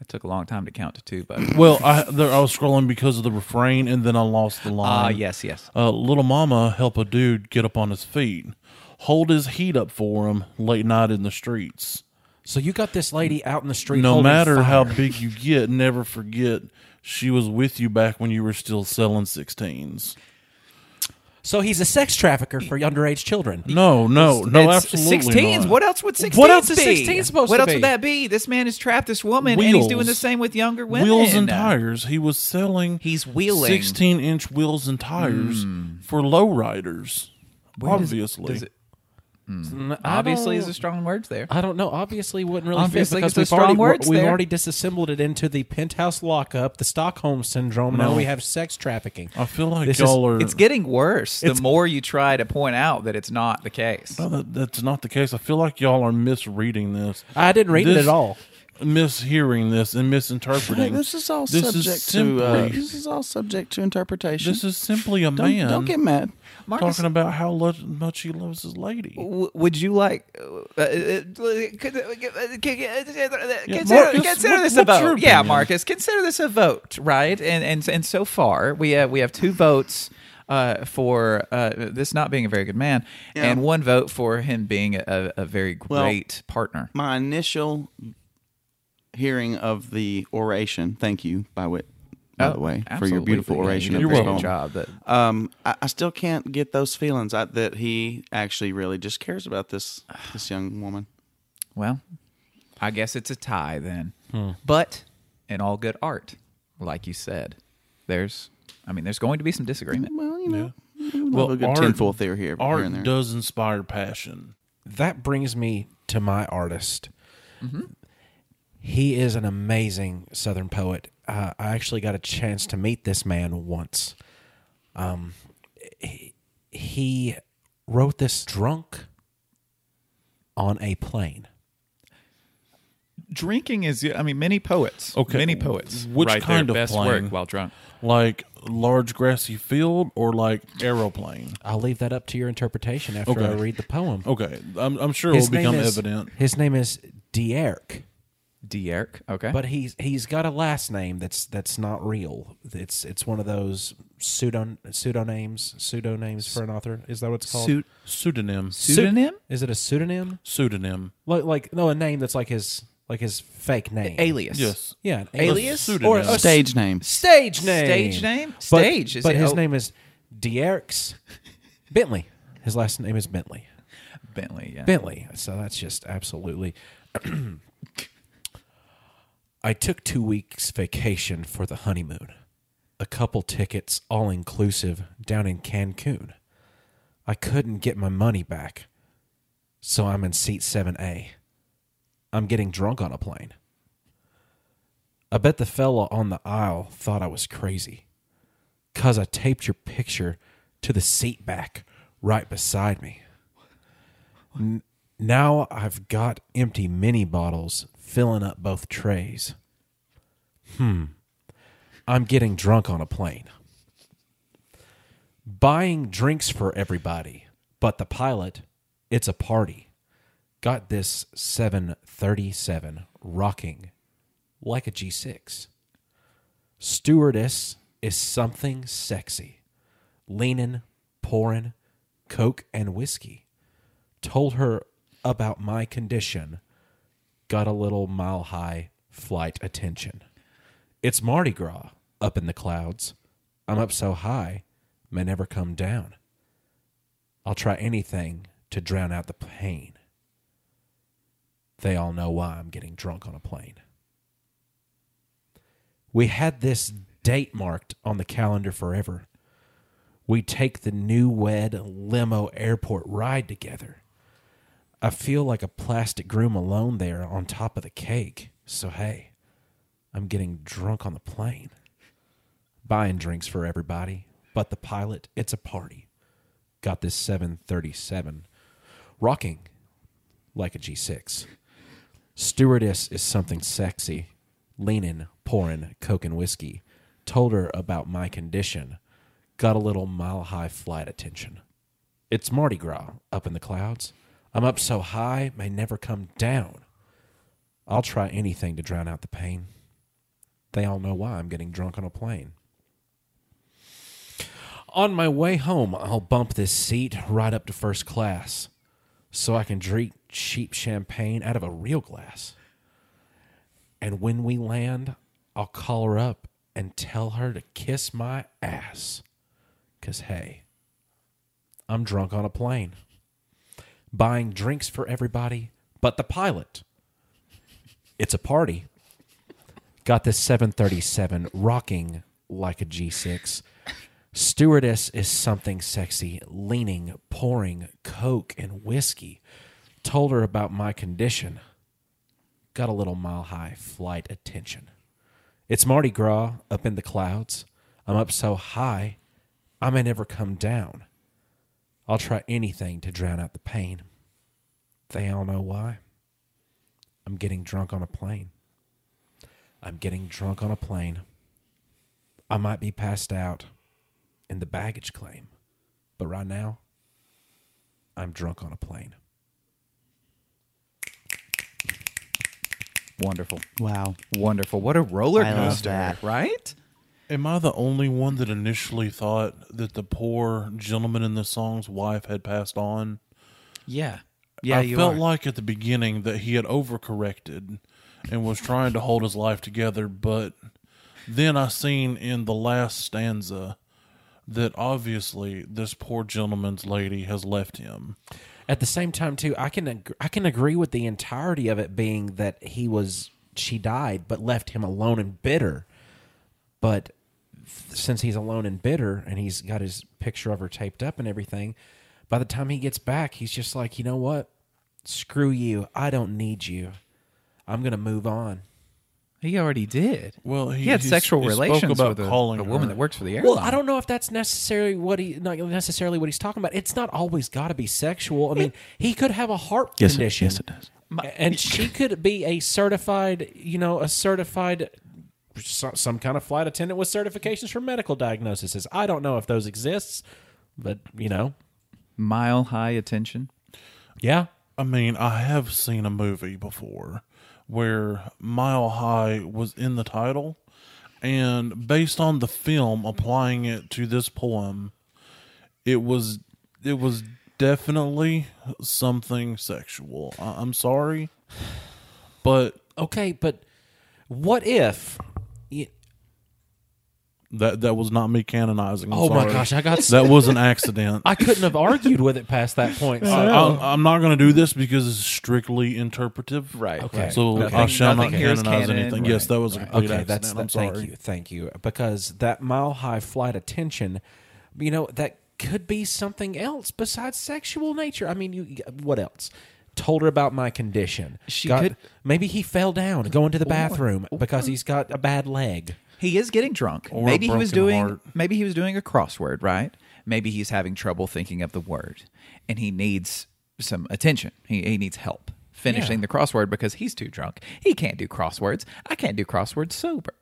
A: It took a long time to count to two, but
D: Well, I there, I was scrolling because of the refrain, and then I lost the line.
A: ah yes, yes.
D: Uh, little mama help a dude get up on his feet, hold his heat up for him late night in the streets.
B: So you got this lady out in the street.
D: No
B: holding
D: matter how
B: fire.
D: big you get, never forget she was with you back when you were still selling sixteens.
B: So he's a sex trafficker for underage children.
D: No, no, no,
A: It's
D: absolutely
A: 16s.
D: not.
A: What else would 16s
B: What else is
A: be?
B: 16s supposed
A: What
B: to
A: else
B: be?
A: would that be? This man has trapped this woman and he's doing
D: Wheels.
A: the same with younger women.
D: wheels and tires. He was selling.
A: He's wheeling.
D: sixteen inch wheels and tires for lowriders.
A: Where does-
D: Obviously,
A: does it-
D: Mm,
A: obviously is a strong word there.
B: I don't know. Obviously, wouldn't really
A: Obviously,
B: fit
A: it's a
B: because we've
A: strong
B: already,
A: words
B: we've
A: there.
B: already disassembled it into the penthouse lockup, the Stockholm syndrome. Now
D: No.
B: we have sex trafficking.
D: I feel like
B: This is-
D: y'all are.
A: It's getting worse the
B: It's-
A: more you try to point out that it's not the case.
D: No, that- that's not the case. I feel like y'all are misreading this.
B: I didn't read it
D: This-
B: at all.
D: mishearing this and
C: Hey,
D: misinterpreting.
C: this is all
D: This is
C: subject to. Uh,
D: simply-
C: this is all subject to interpretation.
D: This is simply a
C: don't,
D: man
C: don't get mad.
A: Marcus,
D: talking about how lo- much he loves his lady.
A: w- would you like uh, uh, uh, consider,
D: Marcus,
A: uh, consider
D: what-
A: this a
D: what's your
A: vote? Yeah,
D: opinion?
A: Marcus, consider this a vote, right? And and and so far we have we have two votes uh, for uh, this not being a very good man,
C: Yeah.
A: and one vote for him being a, a very
C: Well,
A: great partner.
C: My initial hearing of the oration. Thank you, by, wit, by the way, for your
A: Oh, absolutely.
C: beautiful
A: Yeah, you
C: oration.
A: did
C: of
A: a
D: You're
C: this
A: great
D: welcome.
C: poem.
A: job. That,
C: um, I, I still can't get those feelings I, that he actually really just cares about this this young woman.
A: well, I guess it's a tie then. But in all good art, like you said, there's I mean, there's going to be some disagreement.
C: Well, you know,
D: Well,
C: well, a good
D: art-
C: tinfoil theory here, here and there.
D: Art does inspire passion.
B: That brings me to my artist.
D: Mm-hmm.
B: He is an amazing Southern poet. Uh, I actually got a chance to meet this man once. Um, he, he wrote this drunk on a plane.
A: drinking is i mean many poets
D: Okay.
A: many poets
D: Which
A: write
D: kind
A: their
D: of
A: best
D: plane?
A: work while drunk
D: Like large grassy field or like aeroplane.
B: I'll leave that up to your interpretation after I
D: Okay.
B: read the poem.
D: Okay, I'm, I'm sure it will
B: His name
D: become
B: is-
D: evident.
B: His name is Dierk.
A: Dierk. okay
B: but he's he's got a last name that's that's not real. It's it's one of those pseudo pseudonames pseudonames for an author. Is that what it's called?
A: Pseud-
D: Pseudonym.
A: pseudonym
B: Is it a pseudonym?
D: Pseudonym.
B: Like like no, a name that's like his like his fake name.
A: alias
D: Yes.
B: yeah, an
A: Alias?
B: or a
D: Pseudonym.
B: stage,
C: Stage name.
B: stage name.
A: Stage name?
B: But-
A: Stage,
B: But,
A: is it-
B: his
A: oh.
B: name is Dierks Bentley. His last name is Bentley.
A: bentley yeah
B: Bentley. So that's just absolutely. I took two weeks vacation for the honeymoon, a couple tickets, all inclusive, down in Cancun. I couldn't get my money back, so I'm in seat 7A. I'm getting drunk on a plane. I bet the fella on the aisle thought I was crazy, 'cause I taped your picture to the seat back right beside me. Now I've got empty mini bottles filling up both trays. Hmm. I'm getting drunk on a plane. Buying drinks for everybody, but the pilot, it's a party. Got this 737 rocking like a G6. Stewardess is something sexy. Leaning, pouring, Coke and whiskey told her about my condition, got a little mile high flight attention. It's Mardi Gras up in the clouds. I'm up so high, may never come down. I'll try anything to drown out the pain. They all know why I'm getting drunk on a plane. We had this date marked on the calendar forever. We take the new wed limo airport ride together. I feel like a plastic groom alone there on top of the cake. So, hey, I'm getting drunk on the plane. Buying drinks for everybody, but the pilot, it's a party. Got this 737. Rocking like a G6. Stewardess is something sexy, leaning, pouring Coke and whiskey. Told her about my condition. Got a little mile high flight attention. It's Mardi Gras up in the clouds. I'm up so high, may never come down. I'll try anything to drown out the pain. They all know why I'm getting drunk on a plane. On my way home, I'll bump this seat right up to first class so I can drink cheap champagne out of a real glass. And when we land, I'll call her up and tell her to kiss my ass. Because, hey, I'm drunk on a plane, buying drinks for everybody but the pilot. It's a party. Got this 737 rocking like a G6. Stewardess is something sexy, leaning, pouring Coke and whiskey. Told her about my condition. Got a little mile high flight attention. It's Mardi Gras up in the clouds. I'm up so high, I may never come down. I'll try anything to drown out the pain. They all know why. I'm getting drunk on a plane. I'm getting drunk on a plane. I might be passed out in the baggage claim, but right now, I'm drunk on a plane.
A: Wonderful.
C: Wow.
A: Wonderful. What a roller
C: I love
A: coaster,
C: that.
A: right?
D: Am I the only one that initially thought that the poor gentleman in the song's wife had passed on?
A: Yeah. Yeah,
D: I
A: you
D: felt
A: are.
D: like at the beginning that he had overcorrected and was trying to hold his life together, but then I seen in the last stanza that obviously this poor gentleman's lady has left him.
B: At the same time, too, I can ag- I can agree with the entirety of it being that he was she died, but left him alone and bitter. But f- since he's alone and bitter, and he's got his picture of her taped up and everything, by the time he gets back, he's just like, you know what? Screw you! I don't need you. I'm gonna move on.
A: he already did.
D: Well, he,
A: he had
D: he s-
A: sexual
D: he spoke
A: relations
D: about
A: with a,
D: calling
A: a woman
D: her.
A: that works for the airline.
B: Well, I don't know if that's necessarily what he not necessarily what he's talking about. It's not always got to be sexual. I mean, he could have a heart
C: Yes, it-
B: condition.
C: yes, it does.
B: And she could be a certified, you know, a certified so- some kind of flight attendant with certifications for medical diagnoses. I don't know if those exists, but you know,
A: Mile high attention.
B: yeah.
D: I mean, I have seen a movie before where Mile High was in the title, and based on the film applying it to this poem, it was it was definitely something sexual. I, I'm sorry, but
B: Okay, but what if y-
D: that that was not me canonizing. I'm
B: Oh my
D: sorry.
B: gosh, I got s-
D: that was an accident.
B: I couldn't have argued with it past that point. So.
D: I'm, I'm not going to do this because it's strictly interpretive.
A: Right,
B: Okay.
D: So
A: Nothing-
D: I shall not
A: nothing here is
D: canonize
A: canon,
D: anything.
A: right,
D: Yes, that was a
B: okay,
D: complete accident.
B: that's
D: I'm
B: that-
D: sorry.
B: Thank you, thank you. Because that mile high flight attention, you know, that could be something else besides sexual nature. I mean, you what else? Told her about my condition.
A: She
B: Got-
A: could-
B: maybe he fell down going to the bathroom because he's got a bad leg.
A: He is getting drunk.
D: Or a
A: maybe he was
D: broken
A: doing
D: heart.
A: maybe he was doing a crossword, right? Maybe he's having trouble thinking of the word and he needs some attention. He, he needs help finishing the crossword because he's too drunk. He can't do crosswords. I can't do crosswords sober.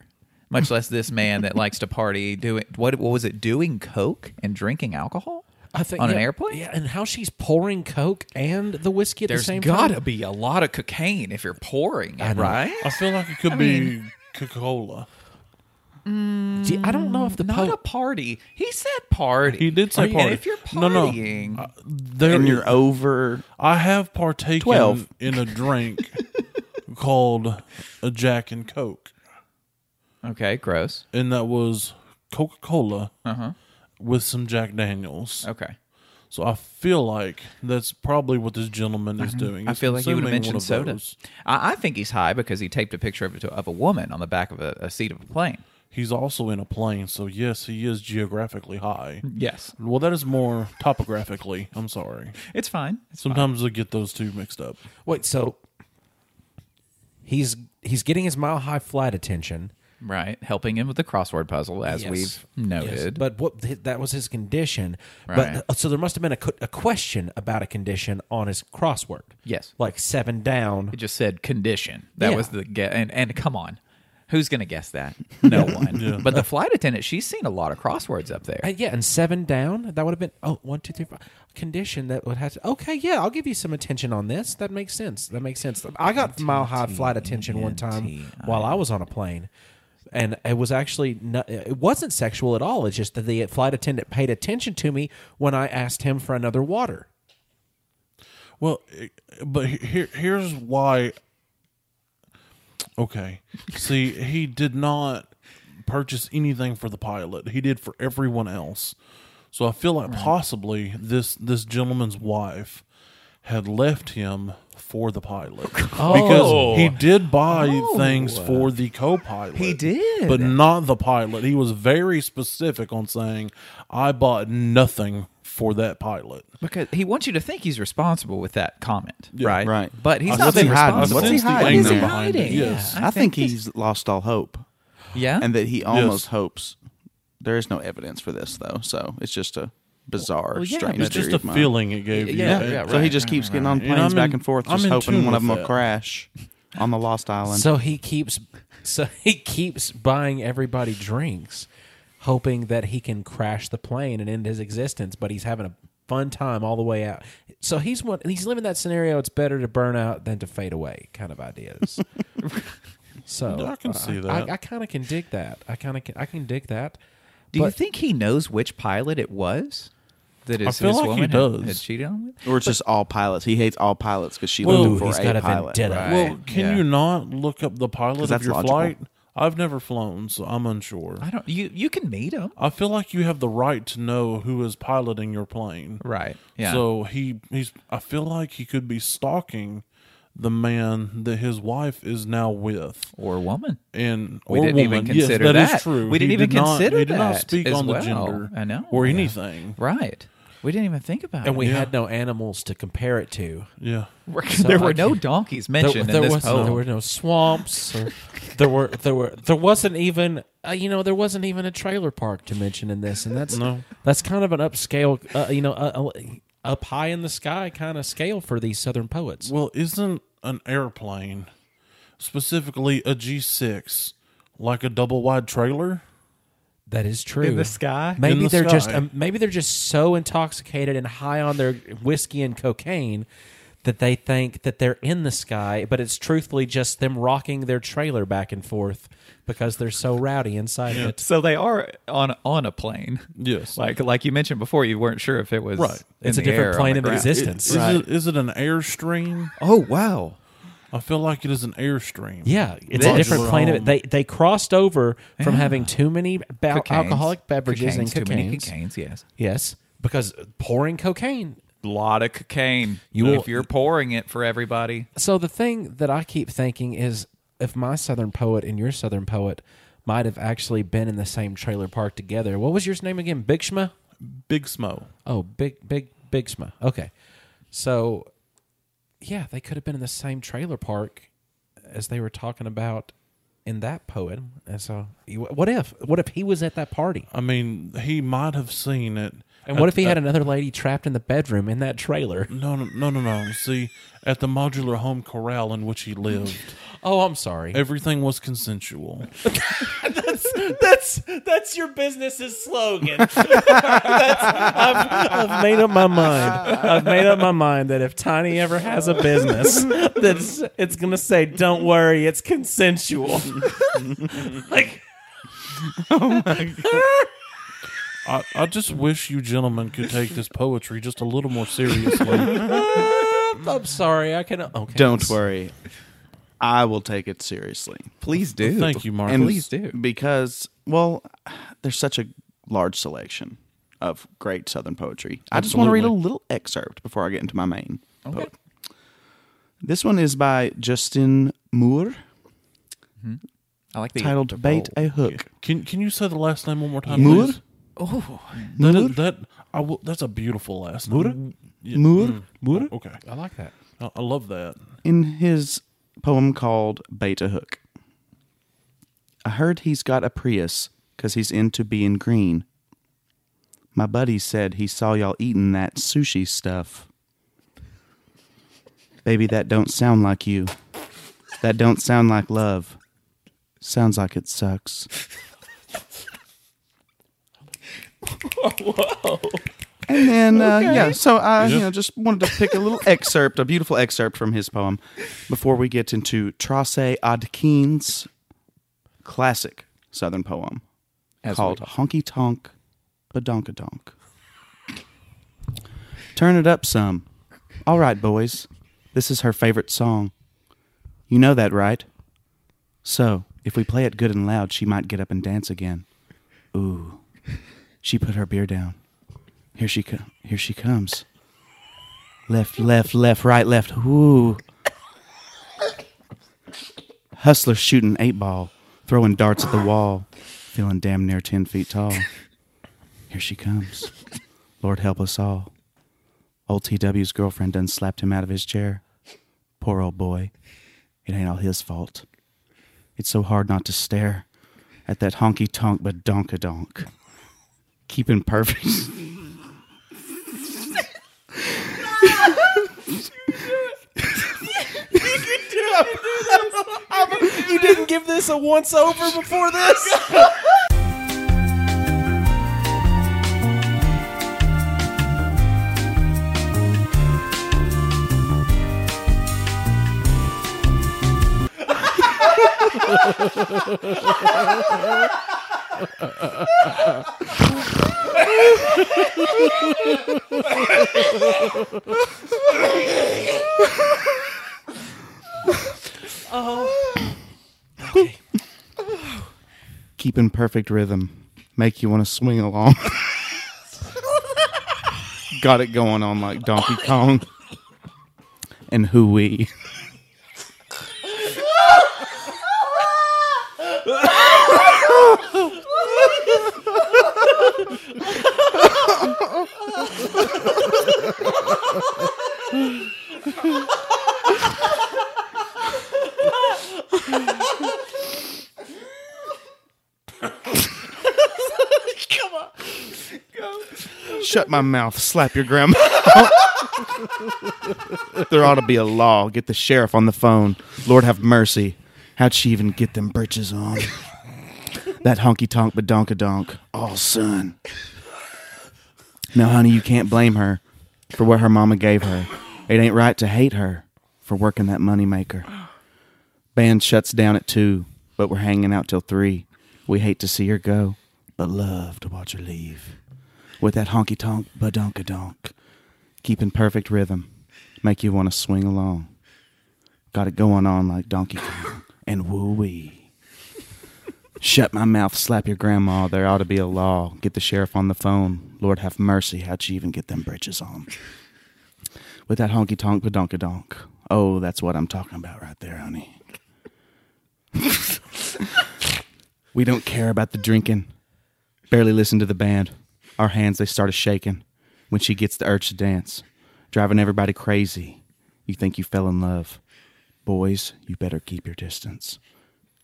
A: Much less this man that likes to party doing what what was it doing coke and drinking alcohol?
B: I think
A: on an
B: yeah,
A: airplane?
B: Yeah, and how she's pouring coke and the whiskey at
A: There's
B: the same
A: gotta
B: time.
A: be a lot of cocaine if you're pouring it,
B: know.
A: right?
D: I feel like it could be Coca Cola.
B: Do- I don't know if the
A: Not
B: po-
A: a party. He said party.
D: He did say
A: And
D: party.
A: if you're
D: No, no. Uh,
A: partying,
D: There,
C: And you're over.
D: I have partaken
C: 12.
D: in a drink called a Jack and Coke,
A: okay, gross.
D: and that was Coca Cola
A: Uh-huh.
D: with some Jack Daniels.
A: Okay.
D: So I feel like that's probably what this gentleman is doing.
A: Mm-hmm. I
D: He's
A: feel like you would have
D: consuming one
A: mentioned
D: of
A: soda.
D: those.
A: I, I think he's high because he taped a picture of, of a woman on the back of a, a seat of a plane.
D: He's also in a plane, so yes, he is geographically high.
A: Yes,
D: Well, that is more topographically. I'm sorry.
A: it's fine. It's fine.
D: Sometimes I get those two mixed up.
B: Wait, so he's he's getting his mile high flight attention.
A: Right, helping him with the crossword puzzle, as
B: Yes.
A: we've
B: Yes,
A: noted.
B: but what that was his condition.
A: Right.
B: But so there must have been a, co- a question about a condition on his crossword.
A: Yes.
B: like seven down.
A: it just said condition. That
B: Yeah.
A: was the guess. And, and come on, who's going to guess that? No one. But the flight attendant, she's seen a lot of crosswords up there.
B: Uh, yeah, and seven down. That would have been oh one two three four condition that would have to. Okay, yeah, I'll give you some attention on this. That makes sense. That makes sense. I got mile high flight attention one time while I was on a plane, and it was actually no it wasn't sexual at all. It's just that the flight attendant paid attention to me when I asked him for another water.
D: Well, eh, but he- here here's why. Okay, see, he did not purchase anything for the pilot. He did for everyone else. So I feel like possibly this this gentleman's wife had left him for the pilot because he did buy things for the co-pilot.
A: Oh. He did.
D: but not the pilot. He was very specific on saying, "I bought nothing for that pilot."
A: Because he wants you to think he's responsible with that comment, right?
C: right.
A: But he's
C: I
A: not
C: sense
A: been
C: he's hiding.
A: responsible.
C: What's he
D: Since the
C: hiding?
D: anger
C: Is he
D: behind it,
A: hiding?
D: Yes.
A: Yeah.
C: I,
A: I
C: think,
A: think
C: he's lost all hope,
A: Yeah,
C: and that he almost hopes. There is no evidence for this, though, so it's just a bizarre,
A: yeah,
C: strange.
A: but
D: It's just
C: theory
D: a
C: of mine.
D: feeling it gave you.
A: Yeah,
C: Yeah,
A: yeah,
C: So
A: right,
C: he just
A: right,
C: keeps
A: right,
C: getting
A: right.
C: on
D: And
C: planes
D: I'm
C: back
D: in-
C: and forth,
D: I'm
C: just
D: in
C: hoping
D: tune
C: one of them
D: with
C: will
D: that.
C: crash on the Lost Island.
B: So he keeps so he keeps buying everybody drinks, hoping that he can crash the plane and end his existence, but he's having a fun time all the way out. So he's one he's living that scenario it's better to burn out than to fade away kind of ideas. so uh,
D: I can see
B: I,
D: that.
B: I, kind of can dig that. I kind of can, I can dig that.
A: Do you
B: but-
A: think he knows which pilot it was that his,
D: feel
A: his
D: like he
A: woman had-
D: does.
A: Had, cheated on with?
C: or it's just all pilots. He hates all pilots because she
D: Well,
C: looked him for
B: he's
C: a
B: got a
C: pilot.
B: vendetta.
C: Right.
D: Well,
A: Right,
D: can
A: yeah.
D: you not look up the pilot
C: 'Cause
D: of
C: that's
D: your
C: logical.
D: flight? I've never flown, so I'm unsure.
A: I don't. You you can meet him,
D: I feel like you have the right to know who is piloting your plane.
A: right? Yeah.
D: So he he's I feel like he could be stalking the man that his wife is now with.
A: or woman.
D: And
A: We
D: or
A: didn't even
D: woman.
A: consider
D: yes,
A: that.
D: is true.
A: We didn't
D: He
A: even
D: did not-
A: consider
D: he did
A: that
D: not speak
A: as
D: on the
A: well.
D: gender.
A: I know,
D: Or
A: yeah.
D: anything.
A: Right. We didn't even think about
B: And
A: it.
B: we had no animals to compare it to.
D: Yeah.
A: there
B: So,
A: were
B: like,
A: no donkeys
B: There,
A: mentioned
B: there
A: in this
B: was
A: poem.
B: there were no swamps. Or, there were there were there wasn't even uh, you know there wasn't even a trailer park to mention in this, and that's
D: No.
B: that's kind of an upscale uh, you know uh, uh, up high in the sky kind of scale for these southern poets.
D: Well, isn't an airplane, specifically a G6, like a double wide trailer?
B: That is true.
A: the sky?
B: maybe
D: In the
B: they're just
D: sky.
B: um, maybe they're just so intoxicated and high on their whiskey and cocaine that they think that they're in the sky, but it's truthfully just them rocking their trailer back and forth because they're so rowdy inside it.
A: so they are on on a plane.
D: Yes.
A: Like like you mentioned before, you weren't sure if it was
D: Right.
A: in
B: It's a
A: the
B: different
A: air or on
B: plane
A: the
B: of
A: ground.
B: existence.
D: It- is,
B: Right.
D: it, is it an airstream?
A: Oh wow!
D: I feel like it is an airstream.
B: Yeah, it's a
A: Roger
B: different plane of it.
D: Rome.
B: They they crossed over from having too many ba-
A: Cocaines.
B: alcoholic beverages
A: Cocaines,
B: and
A: too many
B: cocaines.
A: cocaines. Yes,
B: Yes, because pouring cocaine.
A: a lot of cocaine.
B: You will-
A: if you're pouring it for everybody,
B: So the thing that I keep thinking is if my southern poet and your southern poet might have actually been in the same trailer park together. What was your name again? Big Shma?
D: Big Smo.
B: Oh, Big Big Big Shma. Okay. So yeah, they could have been in the same trailer park as they were talking about in that poem. And so you- what if what if he was at that party?
D: I mean, he might have seen it.
B: And what if
C: Uh,
B: he had another lady trapped in the bedroom in that trailer?
D: No, no, no, no, no. See, at the modular home corral in which he lived,
B: Oh, I'm sorry.
D: everything was consensual.
B: That's that's your business's slogan. That's- I've, I've made up my mind. I've made up my mind that if Tiny ever has a business, that it's, it's gonna say, "Don't worry, it's consensual." like,
D: I, I just wish you gentlemen could take this poetry just a little more seriously.
B: I'm sorry, I can. Okay,
C: Don't worry, I will take it seriously.
A: please do.
D: Thank you, Mark.
C: And
A: Please do.
C: because well, there's such a large selection of great Southern poetry. I just want to read a
D: Absolutely.
C: little excerpt before I get into my main. Poet. This one is by Justin Moore.
A: I like the
C: titled "Bait a Hook."
D: Can Can you say the last name one more time?
C: Moore?
D: please?
A: Oh,
D: That,
C: Moore?
D: is, that I will, that's a beautiful last name. Yeah,
C: Moore?
D: mm.
B: Moore?
D: Oh, okay,
B: I like that.
D: I, I love that.
C: in his poem called Beta Hook. I heard he's got a Prius 'cause he's into being green. My buddy said he saw y'all eating that sushi stuff. Baby, that don't sound like you. That don't sound like love. Sounds like it sucks. And then, uh, yeah, so I you know, just wanted to pick a little excerpt, a beautiful excerpt from his poem before we get into Trace Adkin's classic Southern poem
A: As we
C: called
A: call it.
C: Honky Tonk Badonkadonk. Turn it up some. All right, boys. This is her favorite song. You know that, right? So, if we play it good and loud, she might get up and dance again. Ooh. She put her beer down. Here she co- here she comes. Left, left, left, right, left. Woo. Hustler shooting eight ball, throwing darts at the wall, feeling damn near ten feet tall. Here she comes. Lord help us all. Old TW's girlfriend done slapped him out of his chair. Poor old boy. It ain't all his fault. It's so hard not to stare at that honky tonk but donka donk. Keeping perfect.
B: You didn't give this a once over before this?
C: keep in perfect rhythm, make you want to swing along. Got it going on like Donkey Kong and Hooey. Shut my mouth, slap your grandma. there ought to be a law. Get the sheriff on the phone. Lord have mercy. How'd she even get them britches on? that honky tonk badonkadonk. Oh, son. Now, honey, you can't blame her for what her mama gave her. It ain't right to hate her for working that moneymaker. Band shuts down at two, but we're hanging out till three. We hate to see her go, but love to watch her leave. With that honky tonk, badonka donk. Keep in perfect rhythm, make you want to swing along. Got it going on like Donkey Kong and woo wee. Shut my mouth, slap your grandma. There ought to be a law. Get the sheriff on the phone. Lord have mercy, how'd she even get them britches on? With that honky tonk, badonka donk. Oh, that's what I'm talking about right there, honey. we don't care about the drinking. Barely listen to the band. Our hands, they started shaking when she gets the urge to dance, driving everybody crazy. You think you fell in love. Boys, you better keep your distance.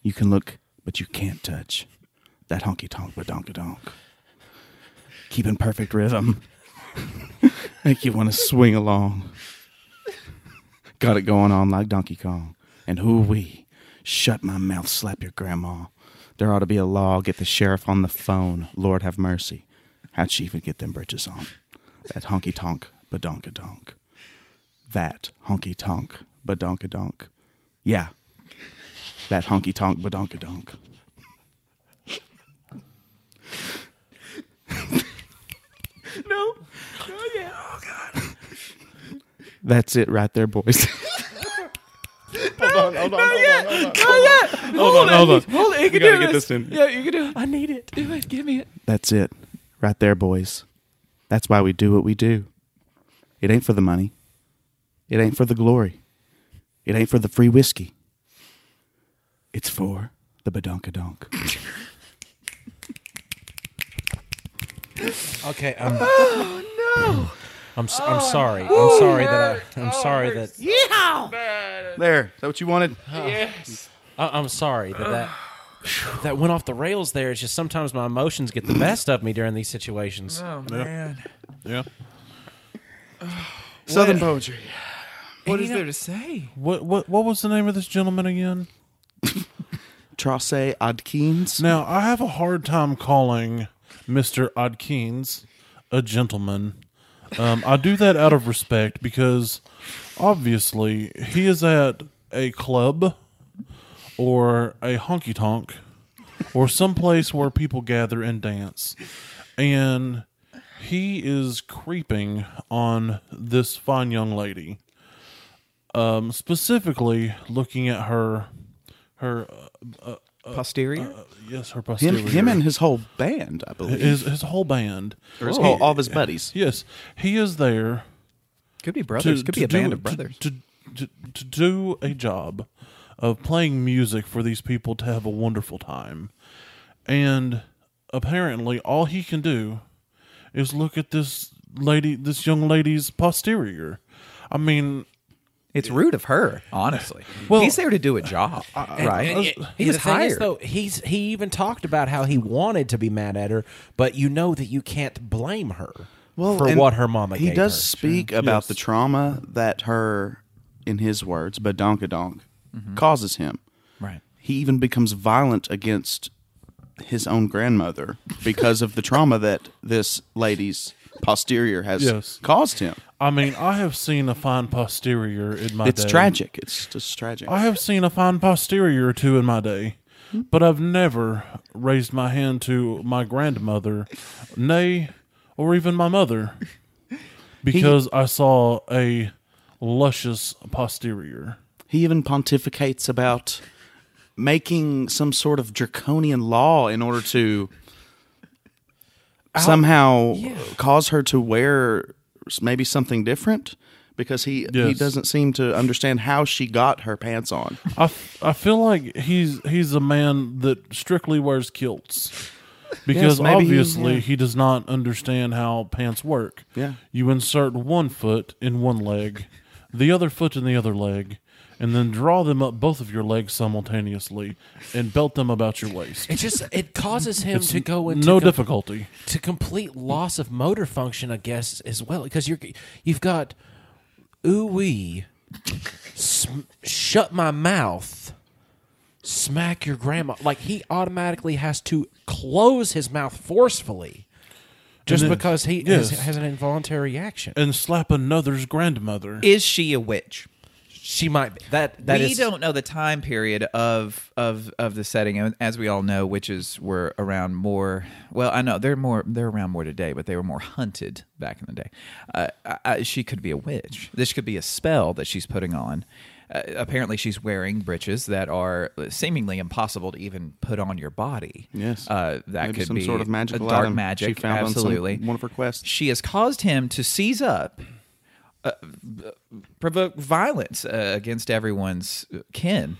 C: You can look, but you can't touch. That honky tonk but donka donk. Keep in perfect rhythm. Make you want to swing along. Got it going on like Donkey Kong. And who we? Shut my mouth, slap your grandma. There ought to be a law. Get the sheriff on the phone. Lord have mercy. How'd she even get them britches on? That honky tonk, badonka donk. That honky tonk, badonka donk. Yeah. That honky tonk, badonka donk.
A: no. Oh, yeah.
C: That's it right there, boys.
A: Hold,
C: hold
A: on. Hold it. You can do
C: gotta get
A: this.
C: this in.
A: Yeah, you can do it. I need it. Do it. Give me it.
C: That's it. Right there, boys. That's why we do what we do. It ain't for the money. It ain't for the glory. It ain't for the free whiskey. It's for the the badonkadonk.
B: Okay. I'm, oh no. I'm s- I'm sorry. I'm sorry that I, I'm sorry that
C: there, is that what you wanted?
B: I, I'm sorry that that that went off the rails. There, it's just sometimes my emotions get the best of me during these situations.
A: Oh man,
D: Yeah.
C: Southern poetry.
A: what is there to say?
D: What what what was the name of this gentleman again?
C: Trosse Adkins.
D: Now I have a hard time calling Mister Odkins a gentleman. Um, I do that out of respect because obviously he is at a club or a honky tonk or someplace where people gather and dance, and he is creeping on this fine young lady. Um, specifically looking at her, her uh,
A: Posterior.
D: Yes, her posterior.
C: Him, him and his whole band, I believe.
D: his his whole band.
C: Or his whole, all of his buddies.
D: Yes, he is there
A: could be
D: to,
A: brothers. could
D: to
A: be a
D: do,
A: band of
D: to-
A: brothers.
D: To, to, to do a job of playing music for these people to have a wonderful time, and apparently all he can do is look at this lady, this young lady's posterior. I mean,
A: it's rude of her, honestly.
D: Well-
A: he's there to do a job, right? he was
B: the thing
A: hired.
B: Is, though he's he even talked about how he wanted to be mad at her, but you know that you can't blame her for
C: and
B: what her mama
C: He
B: gave
C: does
B: her.
C: speak about the trauma that her, in his words, badonkadonk,
B: Mm-hmm.
C: causes him.
A: right.
C: He even becomes violent against his own grandmother because of the trauma that this lady's posterior has
D: Yes.
C: caused him.
D: I mean, I have seen a fine posterior in my.
C: It's
D: day.
C: tragic. It's just tragic.
D: I have seen a fine posterior or two in my day, but I've never raised my hand to my grandmother, nay, or even my mother, because I saw a luscious posterior.
C: He even pontificates about making some sort of draconian law in order to somehow cause her to wear s- maybe something different because he he
D: Yes.
C: doesn't seem to understand how she got her pants on.
D: I, f- I feel like he's he's a man that strictly wears kilts because
C: Yes, maybe he-
D: obviously
C: yeah.
D: he does not understand how pants work.
C: Yeah.
D: You insert one foot in one leg, the other foot in the other leg, and then draw them up both of your legs simultaneously and belt them about your waist.
B: It just it causes him to go into
D: no
B: com-
D: difficulty.
B: to complete loss of motor function, I guess, as well, because you're you've got ooh wee, sm- shut my mouth, smack your grandma. Like he automatically has to close his mouth forcefully, just
D: And then-
B: because he
D: yes.
B: has, has an involuntary action.
D: And slap another's grandmother.
A: Is she a witch?
B: She might be. that that
A: we
B: is-
A: don't know the time period of of of the setting, and as we all know, witches were around more. Well, I know they're more they're around more today, but they were more hunted back in the day. Uh, I, I, she could be a witch. This could be a spell that she's putting on. Uh, apparently, she's wearing breeches that are seemingly impossible to even put on your body.
C: Yes.
A: uh, that
C: Maybe
A: could
C: some
A: be
C: sort of
A: a
C: magical
A: dark
C: item
A: magic.
C: she found on some-
A: absolutely,
C: one of her quests.
A: She has caused him to seize up provoke violence uh, against everyone's kin,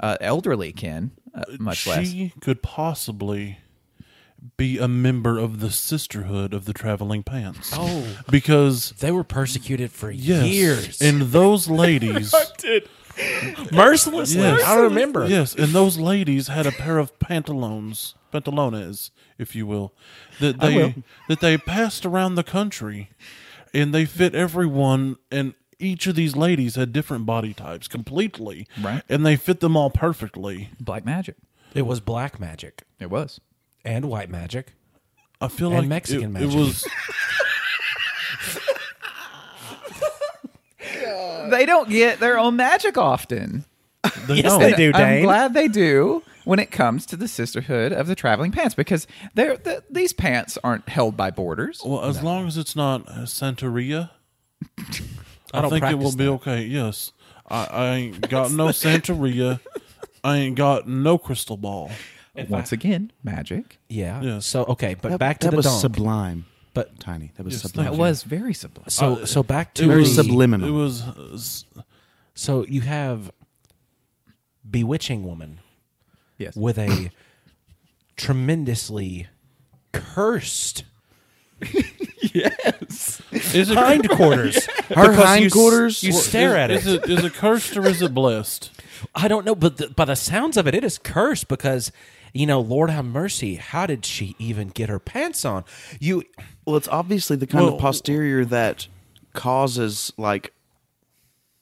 A: uh, elderly kin, uh, much less.
D: she could possibly be a member of the sisterhood of the traveling pants.
B: Oh.
D: because
B: They were persecuted for
D: yes,
B: years.
D: and those ladies,
B: mercilessly,
D: Yes.
B: I remember.
D: yes, and those ladies had a pair of pantalones, pantalones, if you will, that they that they passed around the country, and they fit everyone and. Each of these ladies had different body types completely.
A: Right.
D: And they fit them all perfectly.
A: Black magic.
B: It was black magic
A: It was.
B: and white magic.
D: I feel
B: And
D: like
B: Mexican magic.
D: it, it was
A: They don't get their own magic often.
D: they
B: Yes,
D: don't.
B: they do.
A: I'm
B: Dane.
A: glad they do when it comes to the sisterhood of the traveling pants because they're, th these pants aren't held by borders.
D: Well, as long as it's not uh, Santeria, I,
B: don't
D: think it will
B: practice
D: be
B: that.
D: okay. Yes, I, I ain't got no Santeria. I ain't got no crystal ball.
A: Once again, magic.
B: Yeah.
D: Yeah.
B: So okay, but
C: That-
B: back to
C: that
B: the
C: was
B: donk.
C: sublime,
B: but
C: tiny. That was
D: Yes,
C: sublime.
A: That was very sublime.
B: so so back to
D: Uh, It
C: Very
B: the-
D: was-
C: subliminal.
D: It was uh, s-
B: So you have bewitching woman
A: Yes.
B: with a tremendously cursed
D: Is it
B: hindquarters.
C: Her
B: Because you s-
C: hindquarters
B: You,
C: were-
B: stare at
D: is,
B: it.
D: Is it is it cursed or is it blessed?
B: I don't know, but the, by the sounds of it, it is cursed because you know, Lord have mercy. How did she even get her pants on? You
C: Well, it's obviously the kind
D: Well-
C: of posterior that causes like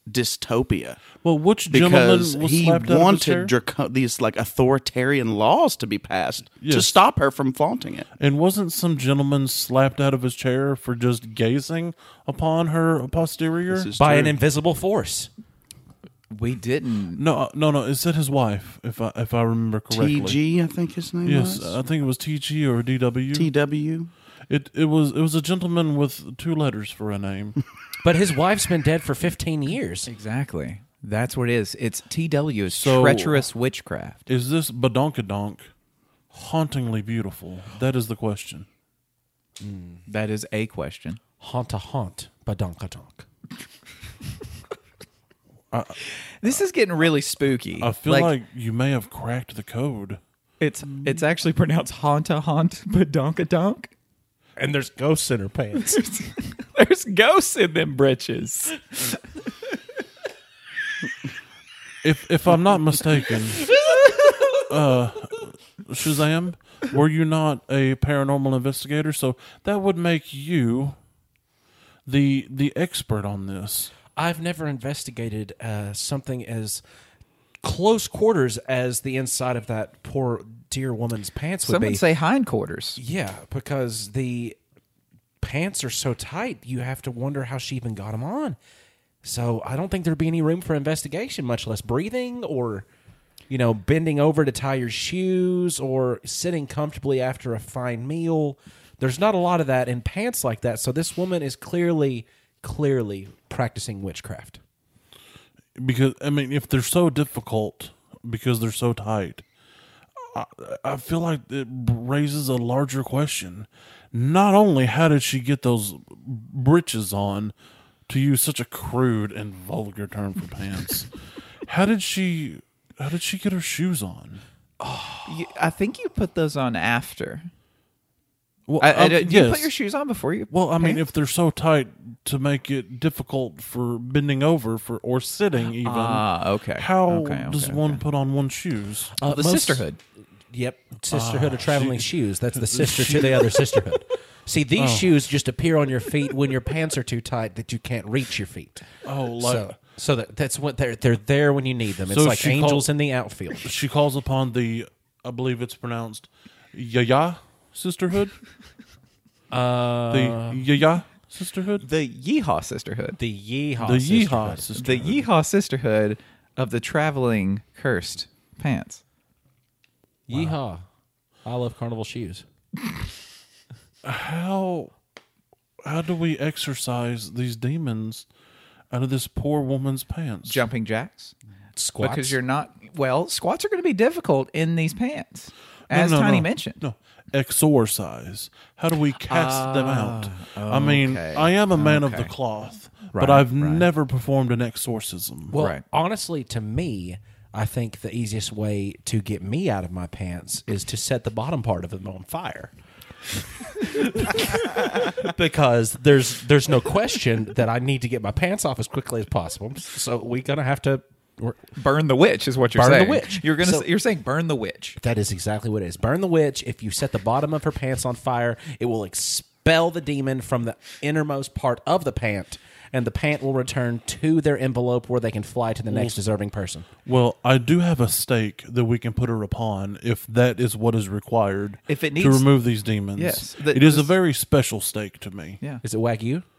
C: dystopia
D: Well, which gentleman
C: because
D: was
C: he
D: slapped out of his chair?
C: wanted draco- these like authoritarian laws to be passed to
D: Yes.
C: stop her from flaunting it.
D: And wasn't some gentleman slapped out of his chair for just gazing upon her posterior?
C: This is
B: by an
C: true.
B: invisible force.
A: We didn't.
D: no, uh, no, no. It said his wife, if I if I remember correctly.
C: TG, I think his name
D: Yes, uh,
C: was
D: I think it was TG or DW.
C: TW.
D: it it was it was a gentleman with two letters for a name.
B: But his wife's been dead for 15 years.
A: Exactly. That's what it is. It's TW, is
D: So-
A: treacherous witchcraft.
D: is this badonkadonk hauntingly beautiful? That is the question.
A: That is a question.
B: Haunt a haunt, badonkadonk.
A: This is getting really spooky.
D: I feel like you may have cracked the code.
A: it's
D: Mm.
A: it's actually pronounced haunta haunt badonka donk.
B: And there's ghosts in her pants.
A: There's ghosts in them britches.
D: If if I'm not mistaken, uh, Shazam, were you not a paranormal investigator? So that would make you the the expert on this.
B: I've never investigated uh, something as close quarters as the inside of that poor dear woman's pants would
A: Some
B: be.
A: would say hindquarters.
B: yeah, because the pants are so tight, you have to wonder how she even got them on. So I don't think there'd be any room for investigation, much less breathing or, you know, bending over to tie your shoes or sitting comfortably after a fine meal. There's not a lot of that in pants like that. So this woman is clearly, clearly practicing witchcraft.
D: because I mean, if they're so difficult because they're so tight, I, I feel like it raises a larger question. Not only how did she get those breeches on, to use such a crude and vulgar term for pants, how did she? How did she get her shoes on?
A: You, I think you put those on after.
D: Well,
A: I, I,
D: uh,
A: do you put
D: yes.
A: your shoes on before you?
D: well, I mean, if they're so tight to make it difficult for bending over for or sitting, even
A: ah, okay.
D: how
A: Okay,
D: does
A: okay,
D: one
A: okay.
D: put on one shoes?
B: Uh,
A: the
B: most-
A: sisterhood?
B: Yep, sisterhood of traveling shoes. That's the sister to the other sisterhood. See, these shoes just appear on your feet when your pants are too tight that you can't reach your feet.
D: Oh, like
B: So, so that, that's what they're they're there when you need them. It's
D: So
B: like
D: she
B: angels
D: called-
B: in the outfield.
D: she calls upon the I believe it's pronounced Yaya sisterhood.
B: Uh,
D: The Yaya sisterhood.
A: The Yeehaw Sisterhood.
B: the yeehaw.
D: The Yeehaw
B: sisterhood.
A: the
D: sisterhood.
A: Yeehaw Sisterhood of the traveling cursed pants.
B: Yeehaw. I love carnival shoes.
D: How how do we exorcise these demons out of this poor woman's pants?
A: Jumping jacks.
B: Squats.
A: Because you're not well, squats are going to be difficult in these pants,
D: No,
A: as
D: no,
A: Tiny
D: no.
A: mentioned.
D: No. Exorcise. How do we cast them out? I mean,
A: Ah, okay.
D: I am a man of the cloth,
A: Right,
D: but I've
A: right.
D: never performed an exorcism.
B: Well,
A: Right.
B: honestly, to me, I think the easiest way to get me out of my pants is to set the bottom part of them on fire. because there's there's no question that I need to get my pants off as quickly as possible. So we're gonna have to. We're,
A: Burn the witch is what you're
B: Burn the
A: saying.
B: witch.
A: You're gonna.
B: So-
A: you're saying burn the witch.
B: that is exactly what it is. Burn the witch. If you set the bottom of her pants on fire, it will expel the demon from the innermost part of the pant, and the pant will return to their envelope where they can fly to the next deserving person.
D: Well, I do have a stake that we can put her upon if that is what is required.
A: If it
D: to
A: needs-
D: remove these demons,
A: Yes, th-
D: it is a
A: this-
D: very special stake to me.
A: Yeah.
B: Is it wagyu?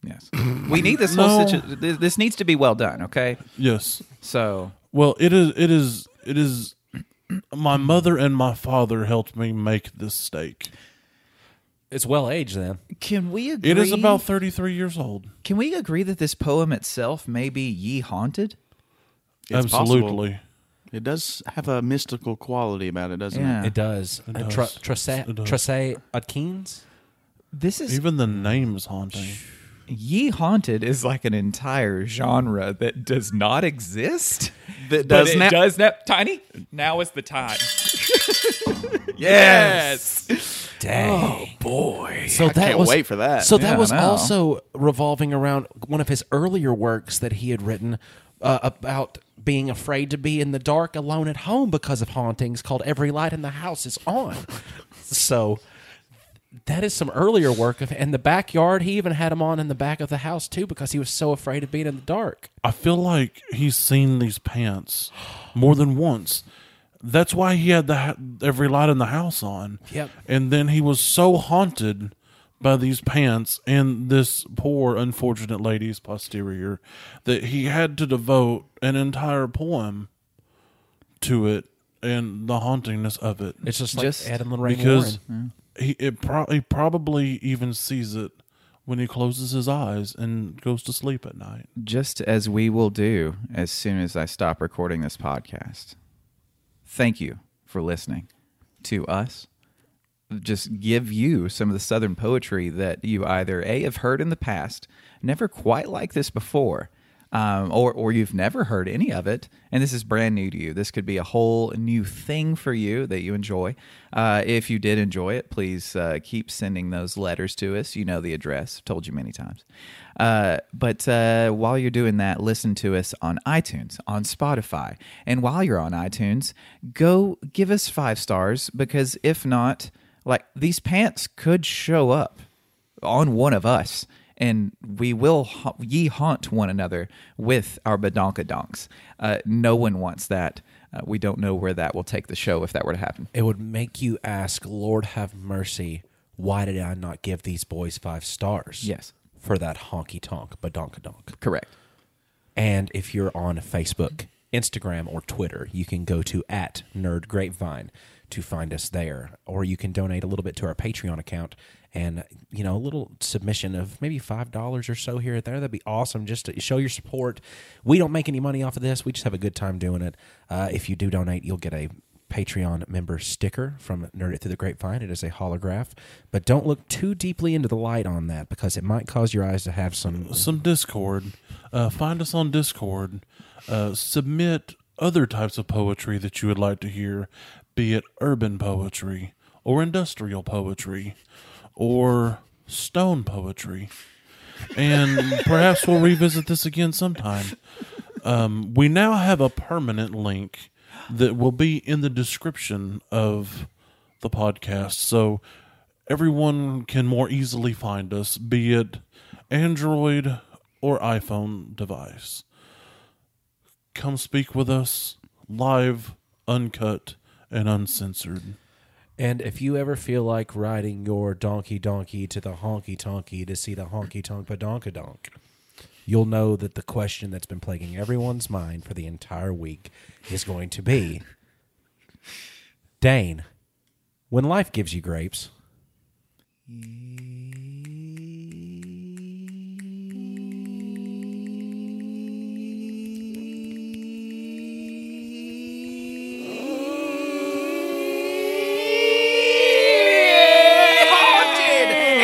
A: Yes. we need this whole
D: No.
A: situ- th- This needs to be well done. Okay.
D: Yes.
A: So
D: Well, it is. It is. It is. My mother and my father helped me make this stake.
B: It's well aged then.
A: can we agree?
D: It is about thirty-three years old.
A: Can we agree that this poem itself may be ye haunted?
C: It's possible.
D: Absolutely.
C: It does have a mystical quality about it, doesn't
A: Yeah.
C: it?
B: It does. It
D: does.
B: Trace
D: It does.
B: Trace Adkins.
A: This is
D: Even the name is haunting.
A: Ye Haunted is like an entire genre that does not exist.
C: That
A: but
C: does
A: it
C: now-
A: does now. Tiny, now is the time.
B: Dang.
D: Oh,
A: boy.
B: So that
C: can't
B: was,
C: wait for that.
B: So
A: Yeah, I
B: that was
A: know.
B: also revolving around one of his earlier works that he had written uh, about being afraid to be in the dark alone at home because of hauntings called Every Light in the House is On. so that is some earlier work of and the backyard he even had him on in the back of the house too because he was so afraid of being in the dark.
D: I feel like he's seen these pants more than once. That's why he had the ha- every light in the house on.
B: Yep.
D: And then he was so haunted by these pants and this poor unfortunate lady's posterior that he had to devote an entire poem to it and the hauntingness of it
B: It's just like
A: Just
B: Adam and Lorraine
D: because
B: Warren.
D: he it pro- he probably even sees it when he closes his eyes and goes to sleep at night.
A: Just as we will do as soon as I stop recording this podcast. Thank you for listening to us. Just give you some of the Southern poetry that you either A, have heard in the past, never quite like this before, um, or, or you've never heard any of it, and this is brand new to you. This could be a whole new thing for you that you enjoy. Uh, if you did enjoy it, please uh, keep sending those letters to us. You know the address, told you many times. Uh, but uh, while you're doing that, listen to us on iTunes, on Spotify. And while you're on iTunes, go give us five stars because if not, like these pants could show up on one of us and we will ha- ye haunt one another with our badonkadonks. Uh, no one wants that. Uh, we don't know where that will take the show if that were to happen.
B: It would make you ask, Lord have mercy, why did I not give these boys five stars?
A: Yes.
B: For that honky tonk, badonkadonk.
A: Correct.
B: And if you're on Facebook, Instagram, or Twitter, you can go to at Nerd Grapevine to find us there. Or you can donate a little bit to our Patreon account and, you know, a little submission of maybe $5 or so here or there. That'd be awesome just to show your support. We don't make any money off of this. We just have a good time doing it. Uh, if you do donate, you'll get a Patreon member sticker from Nerd It Through the Grapevine. It is a holograph, but don't look too deeply into the light on that because it might cause your eyes to have some
D: some Discord. Uh, find us on Discord. Uh, submit other types of poetry that you would like to hear, be it urban poetry or industrial poetry or stone poetry. And perhaps we'll revisit this again sometime. Um, we now have a permanent link that will be in the description of the podcast. So everyone can more easily find us, be it Android or iPhone device. Come speak with us live, uncut, and uncensored.
B: And if you ever feel like riding your donkey donkey to the honky tonky to see the honky tonk padonka donk, you'll know that the question that's been plaguing everyone's mind for the entire week is going to be Dane, when life gives you grapes,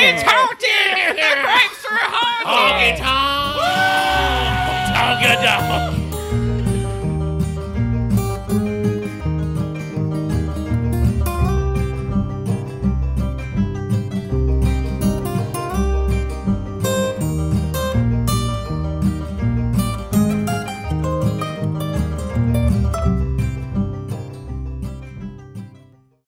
E: It's haunted! The grapes are haunted! Honky Tonk! Honky Tonk!